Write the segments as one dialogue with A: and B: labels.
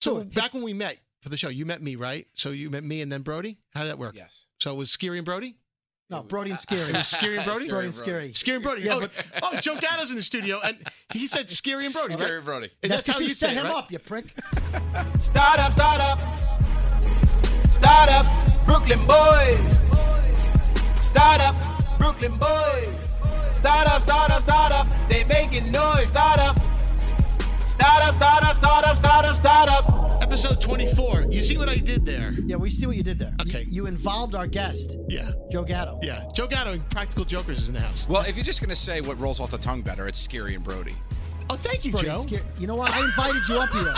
A: So
B: So
A: back when we met for the show, you met me, right? So you met me and then Brody. How did that work?
C: Yes.
A: So it was Scary and Brody?
B: no, Brody and Scary.
A: Scary and Brody?
B: Brody and Scary.
A: Scary and Brody.
B: Yeah,
A: oh,
B: but-
A: oh, Joe Gatto's in the studio, and he said Scary and Brody. right?
C: Scary Brody.
A: And
B: That's because
A: how
B: you set
A: say it,
B: him
A: right?
B: up, you prick.
D: Start up, start up. Start up, Brooklyn boys. Start up, Brooklyn boys. Start up, start up, start up. They making noise. Start up. Start up, start up, start up, start up, start up.
A: Episode 24. You see what I did there?
B: Yeah, we see what you did there. You-
A: Okay.
B: You, involved our guest,
A: Yeah.
B: Joe Gatto.
A: Yeah. Joe Gatto and Practical Jokers is in the house.
C: Well, if you're just going to say what rolls off the tongue better, it's Scary and Brody.
A: Oh, thank you,
B: Brody
A: Joe.
B: and Scary. You know what? I invited you up here.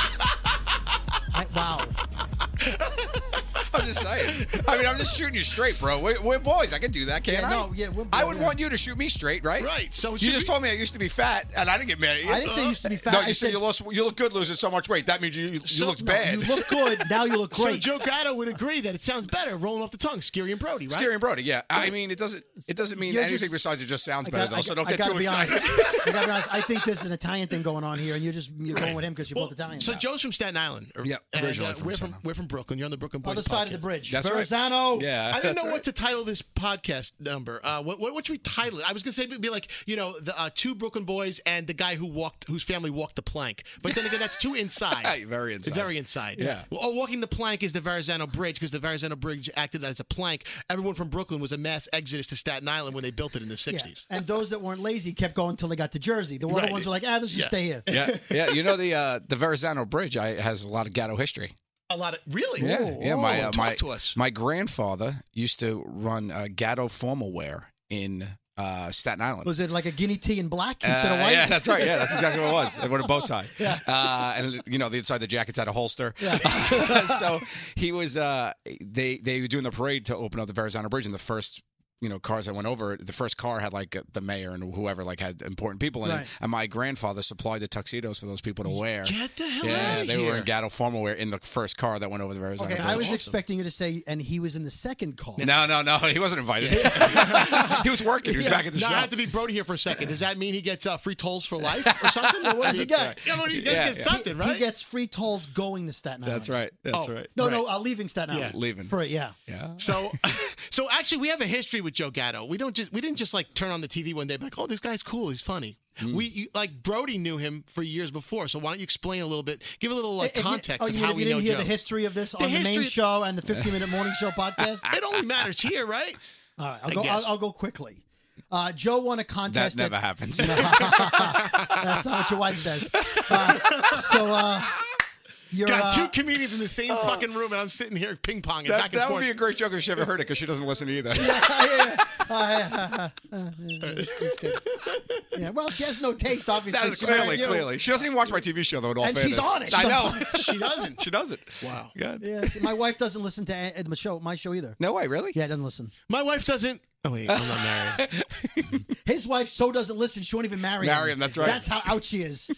B: I, wow.
C: I'm just saying. I mean, I'm just shooting you straight, bro. We're, we're boys. I can do that, can't
B: Yeah,
C: I?
B: no, yeah, we're-
C: I would
B: yeah.
C: want you to shoot me straight, right?
A: Right, so it
C: you
A: should
C: just
A: be-
C: told me I used to be fat, and I didn't get mad at you.
B: I didn't say you used to be fat.
C: No,
B: I
C: you said
B: said-
C: you lost. You look good losing so much weight. That means you you
B: So-
C: looked
B: no,
C: bad.
B: You look good. Now you look
A: So
B: great.
A: Joe Gatto would agree that it sounds better rolling off the tongue, Scary and Brody, right?
C: Scary and Brody. Yeah. I mean, it doesn't. It doesn't mean
B: You're
C: anything
B: just-
C: besides it just sounds
B: I
C: better
B: got-
C: though.
B: I
C: so
B: got-
C: don't get
B: I gotta
C: too
B: be honest.
C: excited.
B: I gotta be honest. I think there's an Italian thing going on here, and you're just you're going with him because you're
A: Well,
B: both Italian.
A: So Joe's from Staten Island. or-
C: Yeah,
A: and,
C: originally
A: uh,
C: from
A: we're from
C: Staten Island.
A: we're from Brooklyn. You're on the Brooklyn Boys
B: other side of the
A: podcast.
B: bridge.
C: That's right.
B: Verrazano.
C: yeah.
A: I didn't
C: that's
A: know
C: right.
A: what to title this podcast number. Uh, what, what what should we title it? I was gonna say it'd be like you know the uh, two Brooklyn boys and the guy who walked whose family walked the plank. But then again, that's too inside.
C: Hey, very inside.
A: Very inside.
C: Yeah.
A: Well, oh, walking the plank is the Verrazano Bridge because the Verrazano Bridge acted as a plank. Everyone from Brooklyn was a mass exodus to Staten Island when they built it in the
B: Yeah.
A: '60s.
B: And those that weren't lazy kept going until they got to Jersey. The other
A: Right.
B: ones were like, ah, let's just
A: Yeah.
B: stay here.
C: yeah, yeah. You know the uh, the Verrazano Bridge I, has a lot of ghetto history.
A: A lot of really.
C: Yeah,
A: Whoa,
C: yeah. My
A: whoa,
C: uh,
A: talk
C: my
A: to us.
C: my grandfather used to run uh, Gatto formal wear in uh, Staten Island.
B: Was it like a guinea tea in black
C: Uh,
B: instead of white?
C: Yeah, that's right. Yeah, that's exactly what it was. It wore a bow tie. Uh, and you know, the inside of the jackets had a holster. so he was. Uh, they they were doing the parade to open up the Verrazano Bridge, and the first. You know, cars that went over. The first car had like uh, the mayor and whoever like had important people in
B: Right.
C: it. And my grandfather supplied the tuxedos for those people to wear.
A: Get the hell
C: yeah,
A: out
C: they
A: here.
C: were in Gatto formal wear in the first car that went over the Verrazano
B: Okay,
C: Bridge.
B: I was
A: awesome.
B: expecting you to say, and he was in the second call.
C: No, no, no. He wasn't invited. he was working. He was back at the
A: Now
C: shop.
A: I have to be Brody here for a second. Does that mean he gets uh, free tolls for life or something? Or what does he
B: That's
A: get?
B: right.
A: Yeah, what, he
C: Yeah,
A: gets
C: yeah.
A: something, right?
B: He gets free tolls going to Staten Island.
C: That's right. That's
A: Oh.
C: right.
B: No,
C: Right.
B: no, uh, leaving Staten Island.
C: Leaving.
B: For it, yeah.
C: Yeah.
A: so, so actually, we have a history with Joe Gatto. We don't just we didn't just like turn on the TV one day and be like, oh, this guy's cool, he's funny. We you, like Brody knew him for years before. So why don't you explain a little bit, give a little like
B: If you-
A: context
B: oh,
A: of
B: you,
A: how
B: you
A: we
B: didn't
A: know
B: hear
A: Joe.
B: the history of this on the, main
A: history-
B: show and the 15 minute morning show podcast.
A: it only matters here, right?
B: All right, I'll go.
A: guess.
B: I'll, I'll go quickly. Uh, Joe won a
C: That
B: contest.
C: never happens.
B: That's not what your wife says. Uh, so uh, you're
A: Got
B: uh,
A: two comedians in the same fucking room, and I'm sitting here ping ponging
C: That,
A: back and
C: that would
A: forth.
C: be a great joke if she ever heard it because she doesn't listen to either.
B: yeah, yeah. Uh, it's good. Yeah, well, she has no taste, obviously.
C: that is
B: She married
C: clearly,
B: you.
C: clearly. She doesn't even watch my TV show though. In all
B: And she's
C: fairness.
B: on it
C: I know.
A: she doesn't.
C: she doesn't.
A: Wow.
C: God.
B: Yeah, see, my wife doesn't listen to a- the show, my show either.
C: No way, really?
B: Yeah, doesn't listen.
A: My wife doesn't. Oh wait, I'm not married.
B: His wife so doesn't listen, she won't even marry him.
C: Marry him, that's right.
B: That's how out she is.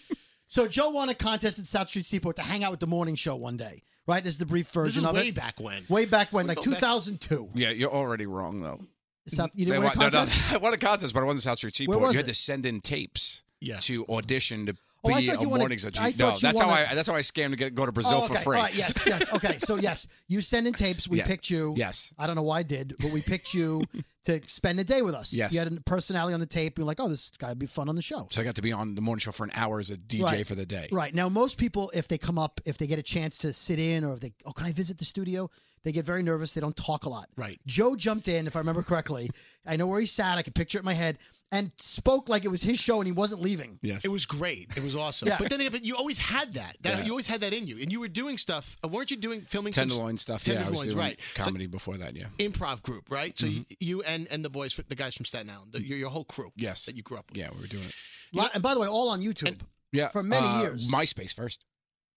B: so Joe won a contest at South Street Seaport to hang out with the morning show one day. Right? This is the brief
A: This
B: version
A: is
B: of
A: way
B: it.
A: back when.
B: Way back when, like
A: go back-
B: 2002.
C: Yeah, you're already wrong though.
B: South, you
C: They
B: didn't win a
C: won- no, no,
B: contest?
C: I won a contest, but I won the South Street Seaport.
B: was
C: you had
B: it?
C: to send in tapes
A: Yeah.
C: to audition to
B: Oh, I
C: be
B: thought
C: a
B: you wanted-
C: morning show.
B: I
C: No,
B: thought you
C: that's how
B: wanted-
C: I that's how I scammed to get go to Brazil
B: Oh, okay.
C: for free.
B: All right, yes, yes. Okay, so yes, you send in tapes. We
C: Yeah.
B: picked you.
C: Yes.
B: I don't know why I did, but we picked you to spend the day with us.
C: Yes.
B: You had a personality on the tape. You're like, oh, this guy would be fun on the show.
C: So I got to be on the morning show for an hour as a DJ
B: Right.
C: for the day.
B: Right. Now, most people, if they come up, if they get a chance to sit in or if they, oh, can I visit the studio? They get very nervous. They don't talk a lot.
A: Right.
B: Joe jumped in, if I remember correctly. I know where he sat. I can picture it in my head and spoke like it was his show and he wasn't leaving.
C: Yes.
A: It was great. It was awesome.
B: Yeah.
A: But then, again, but you always had that. that
C: Yeah.
A: You always had that in you, and you were doing stuff. uh, Weren't you doing filming some s-
C: Tenderloin stuff. Yeah, I was
A: Tenderloins,
C: doing
A: right?
C: comedy before that. Yeah.
A: So, improv group, right? So
C: Mm-hmm.
A: you, you and and the boys, the guys from Staten Island, the, your, your whole crew.
C: Yes.
A: That you grew up with.
C: Yeah, we were doing it.
B: Li- And by the way, all on YouTube.
C: Yeah,
B: For many
C: uh,
B: years.
C: MySpace first.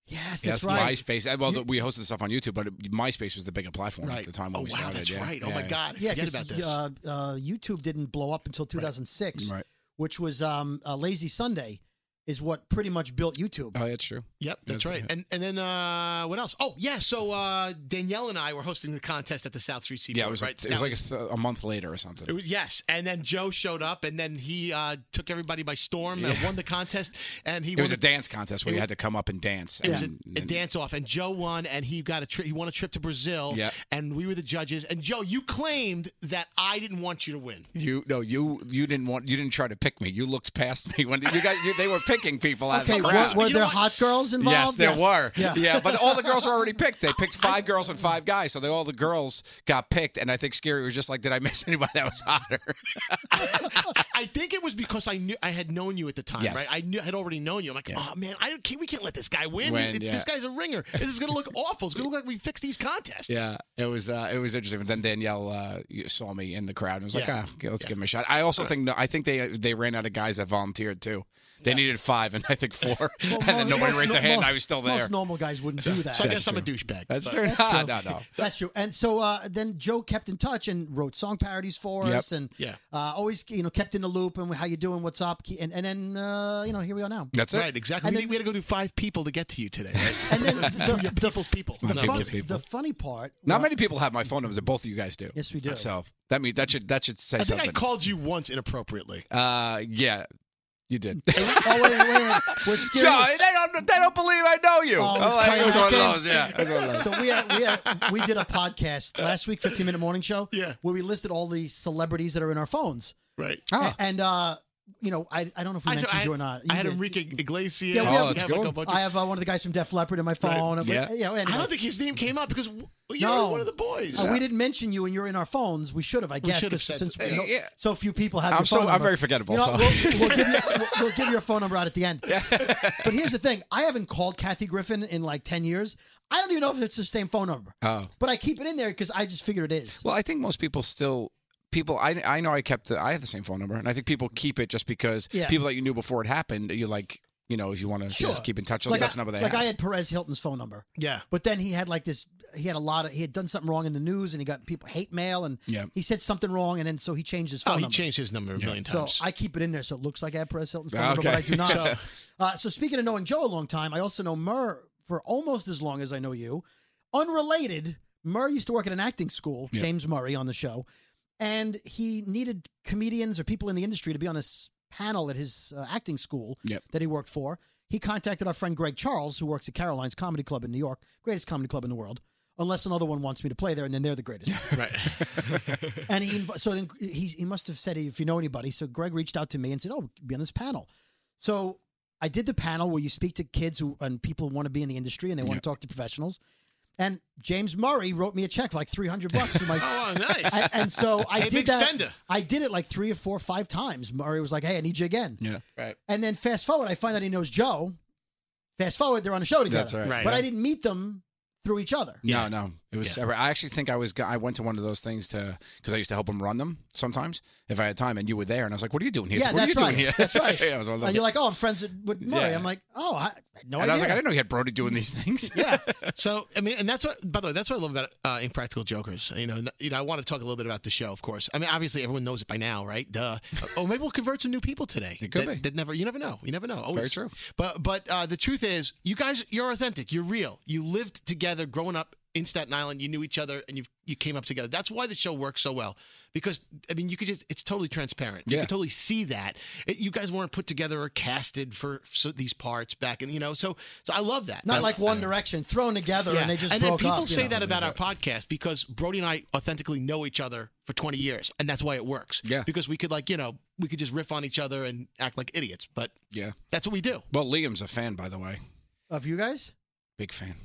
B: yes, that's,
C: Yes,
B: right.
C: MySpace. Uh, Well, th- we hosted stuff on YouTube, but it- MySpace was the bigger platform
A: Right.
C: at the time when
A: oh
C: we
A: wow,
C: started.
A: that's
C: yeah.
A: right. Oh
C: Yeah,
A: my
C: yeah.
A: God, I
B: Yeah,
A: forget
B: 'cause,
A: about this.
B: Uh, uh, YouTube didn't blow up until 2006,
C: Right.
B: which was um, uh, Lazy Sunday. is what pretty much built YouTube.
C: Oh, that's true.
A: Yep, that's
C: Yeah.
A: right. And and then uh, what else? Oh yeah, so uh, Danielle and I were hosting the contest at the South Street Seaport.
C: Yeah, it was
A: right.
C: like, it was
A: That
C: like a, th- a month later or something.
A: It was, yes, and then Joe showed up, and then he uh, took everybody by storm and won the contest. And he
C: It was
A: won
C: a dance contest where you had to come up and dance.
A: It was a,
C: and-
A: a
C: and-
A: dance off, and Joe won, and he got a trip. He won a trip to Brazil,
C: Yeah.
A: and we were the judges. And Joe, you claimed that I didn't want you to win.
C: You no, you you didn't want you didn't try to pick me. You looked past me when you got you, they were picking people out
B: Okay,
C: of
B: were,
C: the crowd.
B: were
A: You know
B: there
A: what?
B: hot girls involved?
C: yes, there were.
B: Yeah.
C: Yeah. but all the girls were already picked. They picked five girls and five guys, so they, all the girls got picked. And I think Scary was just like, "Did I miss anybody that was hotter?"
A: I think it was because I knew I had known you at the time,
C: Yes.
A: right? I knew had already known you. I'm like, oh man, I can't, we can't let this guy win.
C: Win,
A: It's-
C: yeah.
A: This guy's a ringer. This is gonna look awful. It's gonna look like we fixed these contests.
C: Yeah, it was uh, it was interesting. But then Danielle uh, saw me in the crowd and was like,
A: Yeah.
C: "Ah, okay, let's give him a shot." I also think no, I think they they ran out of guys that volunteered too. They needed five, and I think four,
B: Well,
C: and then
B: mo-
C: nobody
B: most
C: raised
B: no-
C: a hand.
B: most-
C: I was still there.
B: Most normal guys wouldn't do that.
A: So I guess I'm a douchebag.
C: That's
A: but-
C: true.
B: That's
C: no, no.
B: That's true. And so uh, then Joe kept in touch and wrote song parodies for
C: Yep.
B: us, and
A: Yeah.
B: uh, always you know kept in the loop and how you doing, what's up, Ke- and and then uh, you know here we are now.
C: That's it.
A: Right, exactly.
B: And
A: We,
B: then-
A: we had to go do five people to get to you today. Right?
B: And then the, the,
A: People's people.
B: the,
A: No,
B: fun-
A: just-
C: people.
B: the funny part.
C: Not
B: wa-
C: many people have my phone numbers, but both of you guys do.
B: Yes, we do.
C: So that mean that should that should say
A: I think
C: something.
A: I called you once inappropriately.
C: uh, yeah, you did.
B: Oh wait, wait, wait. We're
C: Joe,
B: scared.
C: they don't, they don't believe I know you.
B: Oh, it
C: I'm
B: was
C: like, it was one of
B: kayaking.
C: those. Yeah, it was one of those.
B: So we had, we had, we did a podcast last week, 15 minute morning show,
A: Yeah.
B: where we listed all the celebrities that are in our phones,
A: Right.
C: Ah.
B: and uh, you know I, I don't know if we
A: I,
B: mentioned
A: I,
B: you or not.
A: I had
B: You did.
A: Enrique Iglesias.
B: Yeah, we
A: we
B: have-
A: have,
C: Oh, that's
A: like,
C: cool.
A: a bunch of-
B: I have uh, one of the guys from Def Leppard in my phone.
C: Yeah.
B: yeah anyway.
A: I don't think his name came up because w- you
B: No.
A: were one of the boys.
B: Uh, we didn't mention you, and you're in our phones. We should have, I guess,
A: should have
B: 'cause
A: said
B: since
A: that.
B: we know-
C: Yeah.
B: so few people have.
C: I'm
B: your
C: so-
B: phone
C: I'm
B: number.
C: very forgettable,
B: You know,
C: so.
B: we'll, we'll give you, we'll, we'll give your phone number out at the end. but here's the thing: I haven't called Kathy Griffin in like ten years. I don't even know if it's the same phone number.
C: Oh.
B: But I keep it in there because I just figured it is.
C: Well, I think most people still people I I know I kept the I have the same phone number and I think people keep it just because
B: Yeah.
C: people that you knew before it happened, you like, you know, if you want to
B: Sure.
C: keep in touch,
B: like I,
C: that's the number they
B: like
C: have.
B: I had Perez Hilton's phone number.
A: yeah.
B: But then he had like this. He had a lot of. He had done something wrong in the news, and he got people hate mail, and
C: Yeah.
B: he said something wrong, and then so he changed his phone
A: Oh, he
B: number.
A: changed his number a million
B: So
A: times.
B: I keep it in there so it looks like I have Perez Hilton's phone number,
C: Okay.
B: but I do not. so, uh, so speaking of knowing Joe a long time, I also know Murr for almost as long as I know you. Unrelated, Murr used to work at an acting school,
C: Yeah.
B: James Murray on the show, and he needed comedians or people in the industry to be on this panel at his uh, acting school
C: Yep.
B: that he worked for. He contacted our friend Greg Charles, who works at Caroline's Comedy Club in New York, greatest comedy club in the world. Unless another one wants me to play there, and then they're the greatest.
A: right.
B: And he inv- so then he he must have said if you know anybody. So Greg reached out to me and said, "Oh, be on this panel." So I did the panel where you speak to kids who and people who want to be in the industry and they want to talk to professionals. And James Murray wrote me a check for like three hundred bucks for my.
A: oh, nice.
B: I- and so I
A: Hey,
B: did
A: big
B: that.
A: spender.
B: I did it like three or four, five times. Murray was like, "Hey, I need you again."
C: yeah.
B: And then fast forward, I find out he knows Joe. Fast forward, they're on the show together.
C: That's right.
A: Right.
B: But I didn't meet them through each other.
C: No, no, it was. separate. I actually think I was. go- I went to one of those things to because I used to help him run them sometimes if I had time, and you were there, and I was like, "What are you doing here?" He's
B: Yeah,
C: like, what
B: that's
C: are you
B: right.
C: doing here?
B: That's right.
C: yeah, it was one of those.
B: And you're like, "Oh, I'm friends with Murray."
C: Yeah.
B: I'm like, "Oh, I had no
C: and
B: idea."
C: I was like, I didn't know he had Brody doing these things.
B: yeah.
A: So I mean, and that's what. By the way, that's what I love about uh, Impractical Jokers. You know, n- you know, I want to talk a little bit about the show, of course. I mean, obviously, everyone knows it by now, right? Duh. oh, maybe we'll convert some new people today.
C: It could
A: that,
C: be.
A: That never. You never know. You never know. Always.
C: very true.
A: But but uh, the truth is, you guys, you're authentic. You're real. You lived together growing up in Staten Island. You knew each other, and you you came up together. That's why the show works so well. Because I mean, you could just—it's totally transparent. You
C: Yeah.
A: could totally see that It- you guys weren't put together or casted for so, these parts back, and you know, so so I love that.
B: Not
A: That's-
B: like One Direction, thrown together and they just
A: then
B: broke
A: people
B: up. you
A: say
B: know.
A: that about our podcast because Brody and I authentically know each other for 20 years, and that's why it works.
C: Yeah.
A: Because we could like you know we could just riff on each other and act like idiots, but
C: Yeah.
A: that's what we do.
C: Well, Liam's a fan, by the way.
B: of you guys.
C: Big fan.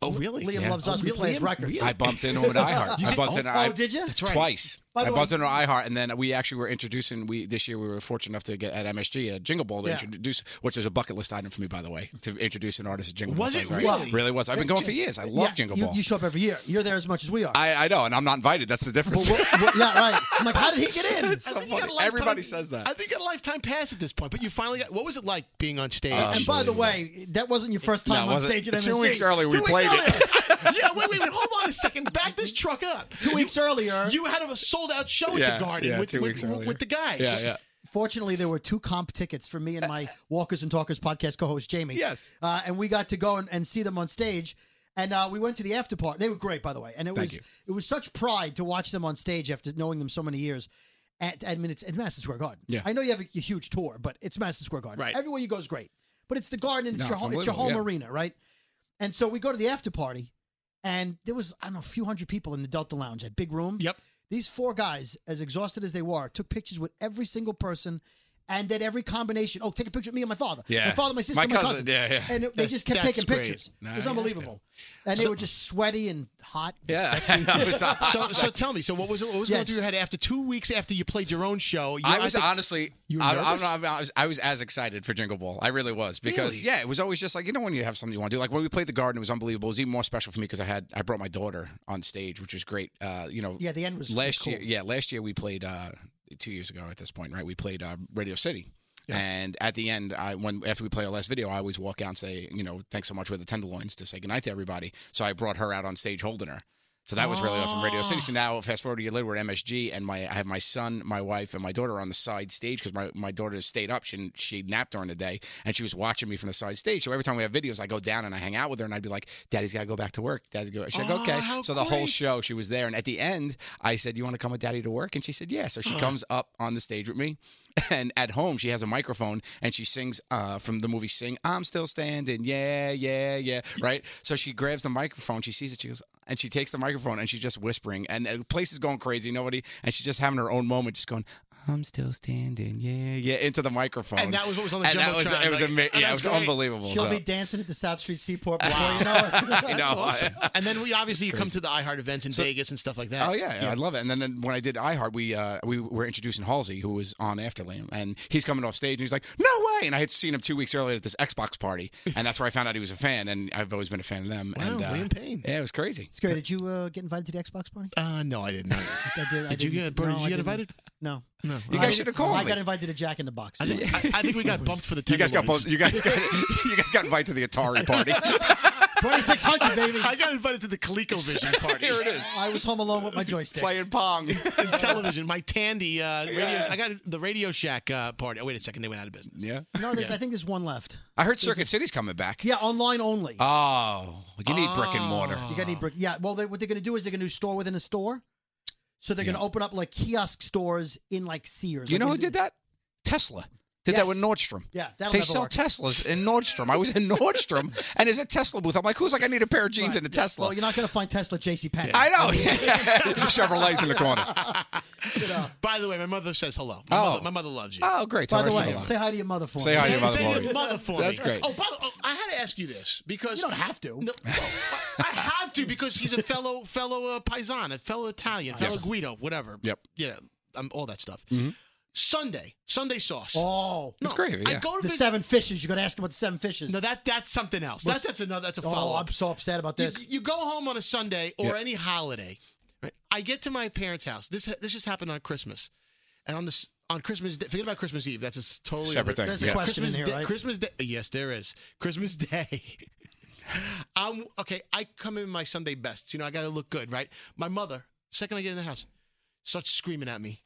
A: Oh, really?
B: Liam
C: Yeah.
B: loves
A: Oh,
B: us. We
A: really?
B: play his
A: Liam?
B: records.
A: Really?
C: I bumped into him at iHeart. I bumped into. I,
B: oh, did you?
A: That's right.
C: Twice.
B: By the
C: I
B: way-
C: bumped into iHeart, and then we actually were introducing. We this year we were fortunate enough to get at MSG a Jingle Ball to
B: Yeah.
C: introduce, which is a bucket list item for me, by the way, to introduce an artist at Jingle
A: Was
C: Ball.
A: it
C: So I was
A: really?
C: Like, really was. I've been going for years. I love
B: Yeah,
C: Jingle
B: you,
C: Ball.
B: You show up every year. You're there as much as we are.
C: I, I know, and I'm not invited. That's the difference.
B: Well, well, yeah, right. I'm like, how did he get in?
C: It's so
A: I think you got
C: funny.
A: a lifetime-
C: Everybody says that.
A: I think you got a lifetime pass at this point, but you finally got. What was it like being on stage?
C: Um,
B: and by the way, that wasn't your first
C: No,
B: time
C: it
B: on
C: wasn't.
B: stage at
C: Two
B: MSG.
C: weeks earlier, we
B: Two weeks
C: played it.
A: And- yeah, wait, wait, wait. Hold on a second. Back this truck up.
B: Two weeks earlier.
A: You had a sold out show at
C: Yeah,
A: the Garden
C: yeah,
A: with,
C: two
A: with-
C: weeks earlier.
A: with the guy.
C: Yeah, yeah.
B: Fortunately, there were two comp tickets for me and my Walkers and Talkers podcast co-host Jamie.
C: Yes.
B: uh, and we got to go and, and see them on stage. And uh, we went to the after party. They were great, by the way. And it
C: Thank
B: was
C: you.
B: it was such pride to watch them on stage after knowing them so many years. At, I mean, it's at Madison Square Garden.
C: Yeah.
B: I know you have a, a huge tour, but it's Madison Square Garden.
A: Right.
B: Everywhere you go is great, but it's the Garden. and It's
C: No,
B: your
C: it's
B: home, it's your
C: unbelievable,
B: home
C: yeah.
B: arena, right? And so we go to the after party, and there was I don't know a few hundred people in the Delta Lounge, that big room.
A: Yep.
B: These four guys, as exhausted as they were, took pictures with every single person and then every combination. Oh, take a picture of me and my father.
C: Yeah.
B: My father, my sister,
C: My
B: my, cousin.
C: cousin, yeah, yeah.
B: And it- they just kept
A: That's
B: taking
A: great.
B: pictures.
C: Nah,
B: it was
C: yeah.
B: unbelievable. And they were just sweaty and hot.
C: Yeah. It was hot.
A: So, so tell me, so what was what was
B: Yeah,
A: going through your head after two weeks after you played your own show? You,
C: I was
A: think-
C: honestly,
A: You were
C: I, I, don't
A: nervous?
C: know, I, was, I was as excited for Jingle Ball. I really was because,
A: Really?
C: yeah, it was always just like you know when you have something you want to do. Like when we played the Garden, it was unbelievable. It was even more special for me because I had I brought my daughter on stage, which was great. Uh, you know,
B: Yeah, the end was was
C: last
B: cool.
C: year. Yeah, last year we played uh, two years ago at this point, right? We played uh, Radio City. And at the end, I when after we play our last video, I always walk out and say, you know, thanks so much for the tenderloins to say goodnight to everybody. So I brought her out on stage holding her. So that was really awesome. Radio City. So now, fast forward a year later, we're at MSG, and my I have my son, my wife, and my daughter on the side stage because my, my daughter stayed up. She didn't- she napped during the day, and she was watching me from the side stage. So every time we have videos, I go down and I hang out with her, and I'd be like, "Daddy's got to go back to work." Daddy's go. She's
A: Oh,
C: like, "Okay."
A: how
C: So the whole
A: great.
C: show, she was there, and at the end, I said, "You want to come with Daddy to work?" And she said, "Yeah." So she comes up on the stage with me, and at home she has a microphone and she sings uh, from the movie "Sing." I'm still standing. Yeah, yeah, yeah. Right. So she grabs the microphone. She sees it. She goes, and she takes the microphone and she's just whispering, and the place is going crazy. Nobody, and she's just having her own moment, just going, "I'm still standing. Yeah, yeah," into the microphone.
A: And that was what was on the
C: And that was
A: Jumbotron,
C: it was
A: like,
C: ama-
A: oh,
C: yeah, it
A: that's
C: was
A: great.
C: unbelievable.
B: She'll
C: so.
B: be dancing at the South Street Seaport before you know it.
C: I know.
A: and then we obviously you come to the iHeart events in Vegas and stuff like that.
C: Oh yeah, I love it. And then, then when I did iHeart, we uh, we were introducing Halsey, who was on after Liam, and he's coming off stage, and he's like, "No way!" And I had seen him two weeks earlier at this Xbox party, and that's where I found out he was a fan. And I've always been a fan of them.
A: Wow,
C: and, uh,
A: Liam Payne.
C: Yeah, it was crazy.
B: Scary, did you uh, get invited to the Xbox party?
A: Uh, no, I didn't. know.
B: I did, I
A: Did you get-
B: didn't.
A: Bernie,
B: No,
A: did
B: I
A: you get
B: didn't.
A: invited?
B: No.
A: No.
C: You
B: I
C: guys
B: did-
C: should have called
B: I
C: me.
B: got invited to Jack in the Box.
A: I, think- I- I think we got bumped for the.
C: you guys got
A: Tenderloins.
C: both. You guys got you guys got invited to the Atari party.
B: 2600, baby.
A: I got invited to the ColecoVision party.
C: Here it is,
B: I was home alone with my joystick.
C: playing pong.
A: in television. My Tandy. Uh, radio,
C: Yeah.
A: I got the Radio Shack uh, party. Oh wait a second, they went out of business.
C: yeah,
B: No, there's, I think there's one left.
C: I heard Circuit City's coming back.
B: Yeah, Oh. online only.
C: Oh, you need brick and mortar.
B: You got any brick? Yeah. Well, they, what they're going to do is they're going to do store within a store. So they're going to open up like kiosk stores in like Sears.
C: Do you
B: Like,
C: know who
B: in-
C: did that? Tesla did that
B: Yes.
C: with Nordstrom.
B: Yeah, that'll
C: they
B: never
C: sell
B: work.
C: Teslas in Nordstrom. I was in Nordstrom, and there's a Tesla booth. I'm like, who's like, I need a pair of jeans and a Tesla.
B: Well, you're not going to find Tesla, J.C. Penney.
C: I know. Chevrolet's in the corner.
A: By the way, my mother says hello. My,
C: Oh.
A: mother, my mother loves you.
C: Oh, great!
B: By
C: Tell
B: the
C: her I
B: way,
C: said hello.
B: say hi to your mother for
C: Say
B: me.
C: hi to your
A: Hey,
C: mother
A: say
C: for me.
A: your mother for
C: That's
A: me.
C: great.
A: Oh, by the oh, I had to ask you this because
B: You don't have to.
A: No, well, I have to because he's a fellow fellow uh, Paisan, a fellow Italian, fellow
C: Yes.
A: Guido, whatever.
C: Yep. Mm-hmm.
A: You know, um, all that stuff. Sunday, Sunday sauce.
B: Oh,
A: no,
C: It's gravy,
A: I
C: yeah.
A: go to
B: the
A: visit-
B: seven fishes. You're going to ask him about the seven fishes.
A: No, that that's something else. That, that's another. That's a follow
B: oh,
A: up.
B: I'm so upset about
A: you,
B: this.
A: you go home on a Sunday or
C: Yeah.
A: any holiday. Right? I get to my parents' house. This this just happened on Christmas, and on this on Christmas. Day, forget about Christmas Eve. That's a s- totally
C: Separate thing.
B: There's a
C: Yeah.
B: question in
A: Christmas
B: here,
A: Day,
B: right?
A: Christmas Day. Yes, there is Christmas Day. I'm okay. I come in my Sunday best. You know, I got to look good, right? My mother, second I get in the house, starts screaming at me.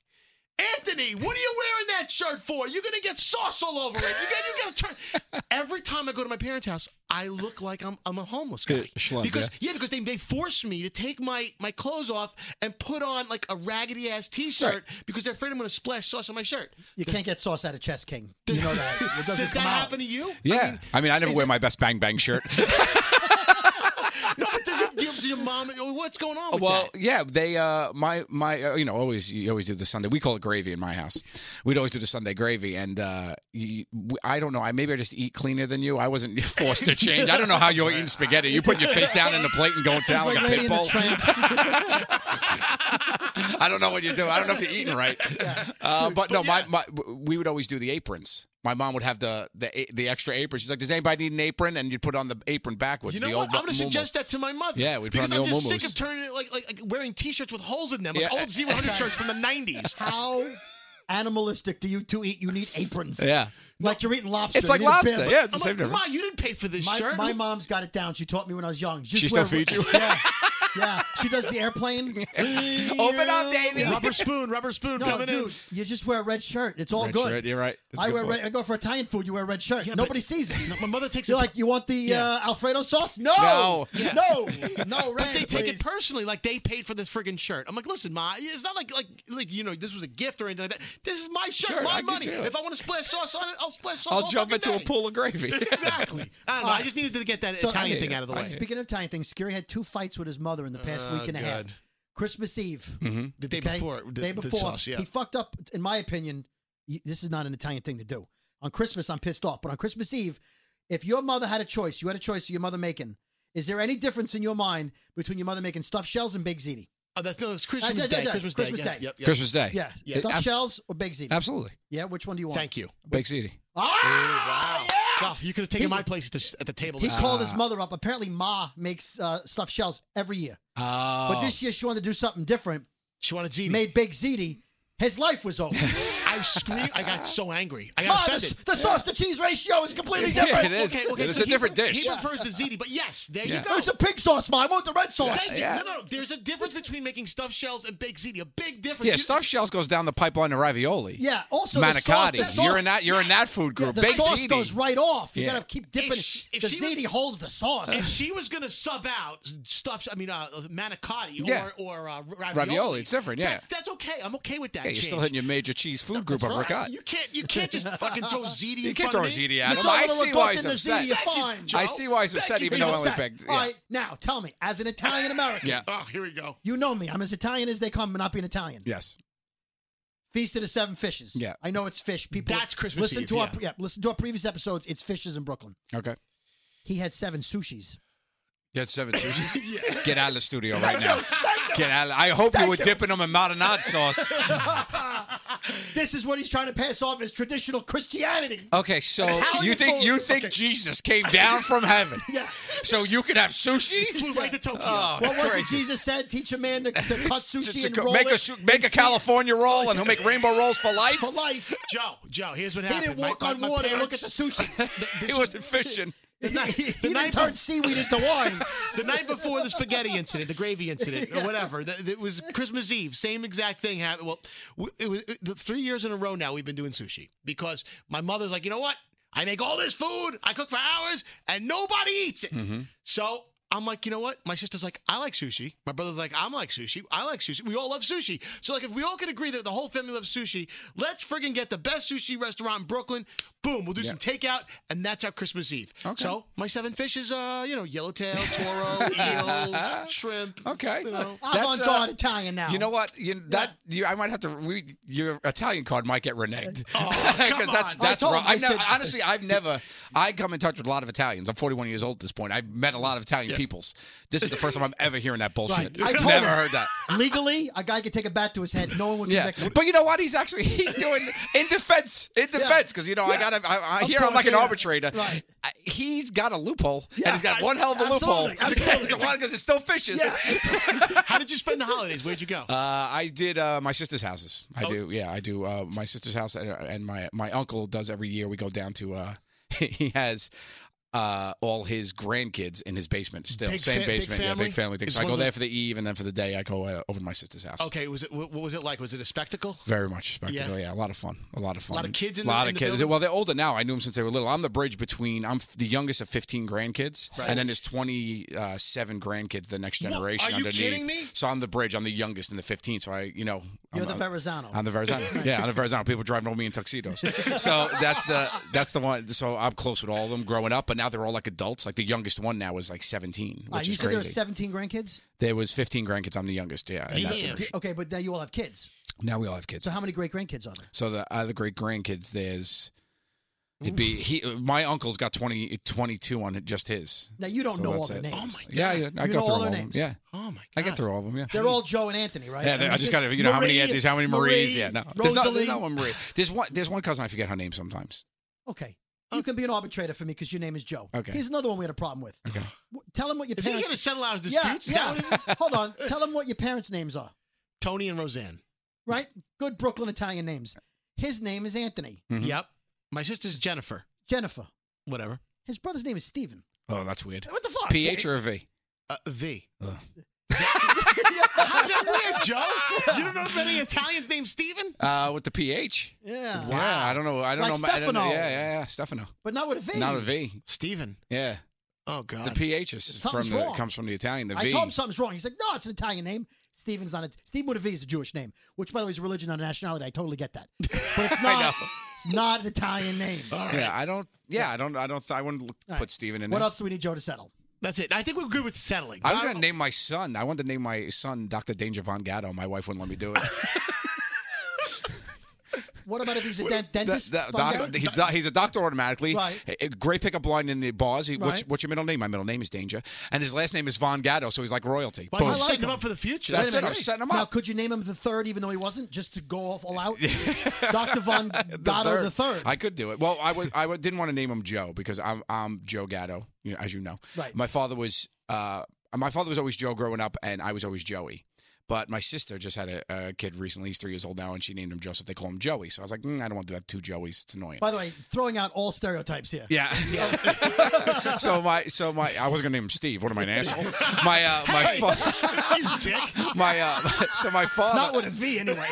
A: Anthony, what are you wearing that shirt for? You're gonna get sauce all over it. You got, you got to turn. Every time I go to my parents' house, I look like I'm, I'm a homeless
C: Yeah,
A: guy
C: schlub,
A: because yeah, because they they force me to take my my clothes off and put on like a raggedy ass T-shirt because they're afraid I'm gonna splash sauce on my shirt.
B: you can't get sauce out of Chess King. You know that. It doesn't
A: Does that
B: come out.
A: happen to you?
C: Yeah, I mean, I never wear my best bang bang shirt.
A: No, but does it, do, your- do your mom? What's going on? With
C: well,
A: that?
C: yeah, they uh my my uh, you know always you always do the Sunday. We call it gravy in my house. We'd always do the Sunday gravy, and uh you, we- I don't know. I maybe I just eat cleaner than you. I wasn't forced to change. I don't know how you're eating spaghetti. You put your face down in the plate and going
B: It's
C: down like
B: like
C: a
B: Lady
C: pit
B: in the
C: bull.
B: Tramp.
C: I don't know what you do. I don't know if you're eating right. Uh, but no, my, my we would always do the aprons. My mom would have the the the extra apron. She's like, "Does anybody need an apron?" And you'd put on the apron backwards.
A: You know
C: the
A: what? I'm
C: mu-
A: going to
C: muumuu.
A: suggest that to my mother.
C: Yeah, we put on
A: because
C: the
A: I'm
C: old
A: just
C: muumuus.
A: sick of turning it like, like like wearing T-shirts with holes in them, like
C: Yeah.
A: old Z100 shirts from the '90s.
B: How animalistic do you two eat? You need aprons.
C: Yeah,
B: Like you're eating lobster.
C: it's like
B: You need a
C: lobster.
B: bib.
C: Yeah, it's the
A: I'm
C: same
A: like,
C: difference.
A: Ma, you didn't pay for this
B: My,
A: shirt.
B: my mom's got it down. She taught me when I was young. Just
C: She still
B: wear-
C: feed you?
B: Yeah. Yeah. she does the airplane.
C: Open up, Davey.
A: Rubber spoon, rubber spoon
B: No,
A: coming
B: dude,
A: in.
B: you just wear a red shirt. It's all
C: Red
B: good.
C: shirt, you're right. That's a
B: I
C: good
B: wear.
C: point.
B: Red, I go for a tie-in food. You wear red shirt.
A: Yeah,
B: Nobody
A: but-
B: sees it.
A: No, my mother takes
B: You're
A: it
B: like, you want the uh, Alfredo sauce? No,
C: No.
A: Yeah.
B: no, no.
A: But
B: red,
A: they take it
B: please.
A: personally, like they paid for this friggin' shirt. I'm like, listen, ma, it's not like like like you know this was a gift or anything like that. This is my shirt,
C: Sure,
A: my
C: I can
A: money.
C: do it.
A: If I want to splash sauce on it, I'll splash sauce.
C: I'll
A: all
C: jump
A: fucking
C: into a
A: day.
C: pool of gravy.
A: Exactly. I don't know. I just needed to get that
B: So-
A: Italian
B: I-
A: thing out of the way.
B: Speaking of Italian things, Scary had two fights with his mother in the past
C: Oh,
B: week and a half.
A: God.
B: Christmas Eve,
C: Mm-hmm.
A: The day
B: okay?
A: before, the,
B: day
A: the
B: before,
A: sauce, yeah.
B: he fucked up. In my opinion, y- this is not an Italian thing to do. On Christmas, I'm pissed off, but on Christmas Eve, if your mother had a choice, you had a choice of your mother making. Is there any difference in your mind between your mother making stuffed shells and baked ziti?
A: oh, that's no, it's Christmas
B: yeah,
A: Day.
B: yeah, yeah.
A: Christmas,
B: Christmas
A: Day. yeah,
B: Day.
A: Yep, yep.
C: Christmas Day.
B: Yeah,
A: Yeah.
B: stuffed
C: Ab-
B: shells or baked ziti?
C: Absolutely.
B: Yeah, which one do you want?
A: Thank you.
C: Baked ziti.
B: Ah,
A: Wow. Ah. you could have taken
B: He-
A: my place at the, at the table.
B: He
A: this-
B: called his mother up. Apparently, Ma makes uh, stuffed shells every year,
C: Oh.
B: but this year she wanted to do something different.
A: she wanted ziti.
B: Made baked ziti. His life was over.
A: I screamed. I got so angry. I got
B: Ma,
A: offended.
B: the, the sauce to cheese ratio is completely
C: Yeah,
B: different.
C: it is.
A: Okay, okay,
C: it's
A: so
C: a
A: he-
C: different dish.
A: He prefers the ziti, but yes, there
C: Yeah.
A: you go.
B: It's a pig sauce, Ma. I want the red sauce.
A: Thank you.
C: Yeah.
A: No, no, there's a difference between making stuffed shells and baked ziti. A big difference.
C: Yeah,
A: You-
C: stuffed shells goes down the pipeline to ravioli.
B: Yeah. Also, the sauce,
C: manicotti.
B: the sauce,
C: you're in that. You're in that food
B: yeah,
C: group.
B: the
C: Baked
B: sauce
C: ziti.
B: goes right off. You
C: Yeah. Uh,
B: gotta keep dipping.
A: If she- if
B: the
A: she was-
B: ziti holds the sauce.
A: If she was gonna sub out stuffed, I mean, uh, manicotti
C: Yeah.
A: or or uh, ravioli,
C: Ravioli, it's different, yeah.
A: that's, that's okay. I'm okay with that.
C: Yeah, you're still
A: change.
C: hitting your major cheese food group of
A: That's right.
C: ricotta.
A: You can't you can't just fucking throw ziti.
C: You
A: in
C: can't
A: front
C: throw
A: of me.
C: ziti at him.
B: No,
C: I
B: no, no,
C: see
B: we're
C: why
B: talking
C: he's
B: the
C: upset.
B: ziti, you're
A: Thank you,
B: fine.
A: Joe.
C: I see why he's
A: Thank
C: upset,
A: you,
C: even
B: He's
C: though I
A: Joe.
C: only
B: upset.
C: picked.
B: All
C: Yeah.
B: right, now tell me, as an Italian American,
C: Yeah.
A: Oh, here we go.
B: you know me. I'm as Italian as they come, not being Italian.
C: Yes.
B: Feast of the Seven Fishes.
C: Yeah.
B: I know it's fish. People,
A: That's Christmas
B: Listen
A: Eve,
B: to our
A: yeah.
B: yeah, listen to our previous episodes. It's fishes in Brooklyn.
C: Okay.
B: He had seven sushis.
C: You had seven sushis. Get out of the studio right
B: Thank
C: now.
B: you. Thank you.
C: Get out. Of, I hope you
B: Thank
C: were
B: you.
C: dipping them in marinade sauce.
B: This is what he's trying to pass off as traditional Christianity.
C: Okay, so
A: Italian
C: you think
A: food.
C: you think
A: Okay.
C: Jesus came down from heaven?
B: Yeah.
C: So you could have sushi.
A: Flew right to Tokyo.
C: Oh,
B: What was it
C: crazy.
B: Jesus said? Teach a man to, to cut
C: To-
B: sushi
C: to
B: and
C: go-
B: roll
C: make
B: it
C: a su- make a California roll, and he'll make rainbow rolls for life.
B: for life.
A: Joe, Joe, here's what
B: He
A: happened.
B: didn't
A: My-
B: walk
A: my-
B: on
A: my
B: water to look at
A: parents-
B: the sushi.
C: He wasn't fishing.
A: the night-
B: he
A: the
B: didn't
A: night
B: turn
A: bef-
B: seaweed into wine.
A: the night before the spaghetti incident, the gravy incident, or whatever. th- th- It was Christmas Eve. Same exact thing happened. Well, w- it was it- the three years in a row now we've been doing sushi because my mother's like, you know what? I make all this food. I cook for hours, and nobody eats it. So. I'm like, you know what? My sister's like, I like sushi. My brother's like, I'm like sushi. I like sushi. We all love sushi. So like, if we all can agree that the whole family loves sushi, let's friggin' get the best sushi restaurant in Brooklyn. Boom, we'll do some takeout, and that's our Christmas Eve.
C: Okay.
A: So my seven fishes, uh, you know, yellowtail, toro, eel, shrimp.
C: Okay.
A: You know.
B: I'm on
C: uh,
B: guard Italian now.
C: You know what? You, that you, I might have to. We, your Italian card might get reneged because that's
B: Oh, I
C: that's
B: told
C: wrong.
B: him, I
C: I've never,
B: said-
C: honestly, I've never. I come in touch with a lot of Italians. I'm 41 years old at this point. I've met a lot of Italian peoples. This is the first time I'm ever hearing that bullshit.
B: Right. I told
C: never
B: him.
C: heard that.
B: Legally, a guy could take a bat to his head. No one would
C: Yeah,
B: convict him.
C: but you know what? He's actually he's doing in defense, in defense, because you know I
B: Yeah.
C: gotta. I, I
B: Of
C: here I'm
B: course,
C: like an
B: yeah.
C: arbitrator.
B: Right.
C: I, he's got a loophole,
B: Yeah.
C: and he's got one hell of a loophole.
B: Absolutely, absolutely.
C: because it's still fishes.
A: How did you spend the holidays? Where'd you go?
C: Uh, I did uh, my sister's houses. I
A: Oh.
C: do, yeah, I do uh, my sister's house, and, and my my uncle does every year. We go down to uh, he has uh, all his grandkids in his basement still,
A: Big
C: same
A: fa- big
C: basement, yeah,
A: family?
C: big family thing.
A: It's
C: So I
A: one
C: go
A: of the-
C: there for the eve, and then for the day I go uh, over to my sister's house.
A: okay, was it what what was it like? Was it a spectacle?
C: Very much spectacle,
A: Yeah.
C: yeah. A lot of fun, a lot of fun.
A: Lot of kids in the-
C: lot of
A: in the
C: kids.
A: building?
C: well, they're older now. I knew them since they were little. I'm the bridge between. I'm f- the youngest of 15 grandkids, and then there's 27 grandkids, the next generation.
A: Are you
C: underneath.
A: kidding me?
C: So I'm the bridge. I'm the youngest in the 15. So I, you know,
B: You're
C: I'm,
B: the Verrazano.
C: I'm the Verrazano. yeah, I'm the Verrazano. People driving over me in tuxedos. So that's the that's the one. So I'm close with all of them growing up, but now they're all like adults. Like the youngest one now is like 17,
B: Uh,
C: which
B: you
C: is
B: said there were
C: crazy.
B: 17 grandkids?
C: There was 15 grandkids. I'm the youngest. Yeah. in that
A: Damn.
C: generation.
B: Okay, but now you all have kids.
C: Now we all have kids.
B: So how many great grandkids are there?
C: So the other great grandkids, there's it'd be he. My uncle's got 20, 22 on it, just his.
B: Now you don't
C: So
B: know all
C: that's
B: their
C: it. Oh
B: names.
C: Yeah, yeah, I
B: You
C: got
B: know
C: through
B: all
C: all
B: their
C: of them.
B: names.
C: Yeah,
A: Oh my
C: I got through all of them. Yeah.
B: They're all Joe and Anthony, right?
C: Yeah, they- I just got to, you know, how many
B: Marie,
C: Anthony's, how many Marie's?
B: Marie,
C: Yeah, no. There's no, there's
B: Rosalie.
C: no one Marie. There's one, there's one cousin I forget her name sometimes.
B: Okay. You can be an arbitrator for me because your name is Joe.
C: Okay.
B: Here's another one we had a problem with.
C: Okay.
B: W- Tell him what your
A: Is he
B: parents.
A: going to settle out his
B: yeah,
A: disputes? Is that
B: yeah.
A: what it is?
B: Hold on. Tell him what your parents' names are.
A: Tony and Roseanne.
B: Right? Good Brooklyn Italian names. His name is Anthony.
C: Mhm.
A: Yep. My sister's Jennifer.
B: Jennifer.
A: Whatever.
B: His brother's name is Stephen.
C: Oh, that's weird.
B: What the fuck?
C: PH or a V?
A: Uh, v. How's that weird, Joe? You don't know many Italians named Steven?
C: Uh, with the PH.
B: Yeah.
C: Yeah, I don't know. I
B: Like
C: don't know. I don't know.
B: Stefano.
C: Yeah, yeah, yeah. Stefano.
B: But not with a V.
C: Not a V.
A: Steven.
C: Yeah.
A: Oh, God.
C: The PH is
B: Something's
C: from the
B: wrong.
C: comes from the Italian. The V.
B: I told him something's wrong. He's like, no, it's an Italian name. Steven's not a Stephen with a V is a Jewish name, which by the way is a religion, not a nationality. I totally get that, but it's not. it's not an Italian name.
A: All right.
C: Yeah, I don't. Yeah, I don't. I don't. I wouldn't l-
B: right.
C: put Steven in
B: What
C: there.
B: else do we need Joe to settle?
A: That's it. I think we're good with settling.
C: I was gonna name my son. I wanted to name my son Dr. Danger Von Gatto. My wife wouldn't let me do it.
B: What about if he's a dent- dentist?
C: That- that-
B: Von
C: doc-
B: Garrett?
C: he's, do- he's a doctor automatically.
B: Right.
C: A- a Great pickup line in the bars. He, what's,
B: Right.
C: what's your middle name? My middle name is Danger, and his last name is Von Gatto, so he's like royalty.
A: Why don't
C: Boom.
A: you
B: like
A: setting him
B: him.
A: up for the future? Wait
C: That's it.
A: a
C: I'm
A: minute.
C: setting him
B: Now,
C: up.
B: could you name him the third, even though he wasn't, just to go off all out? Dr. Von Gatto the third.
C: I could do it. Well, I would. I would, didn't want to name him Joe because I'm I'm Joe Gatto, you know, as you know.
B: Right.
C: My father was uh, my father was always Joe growing up, and I was always Joey. But my sister just had a, a kid recently. He's three years old now, and she named him Joseph. They call him Joey. So I was like, mm, I don't want to do that. Two Joeys. It's annoying.
B: By the way, throwing out all stereotypes here.
C: yeah. so my so my I was gonna name him Steve. What am I an asshole? My uh, my fa-
A: You dick.
C: my uh, so my father
B: Not with a V, anyway.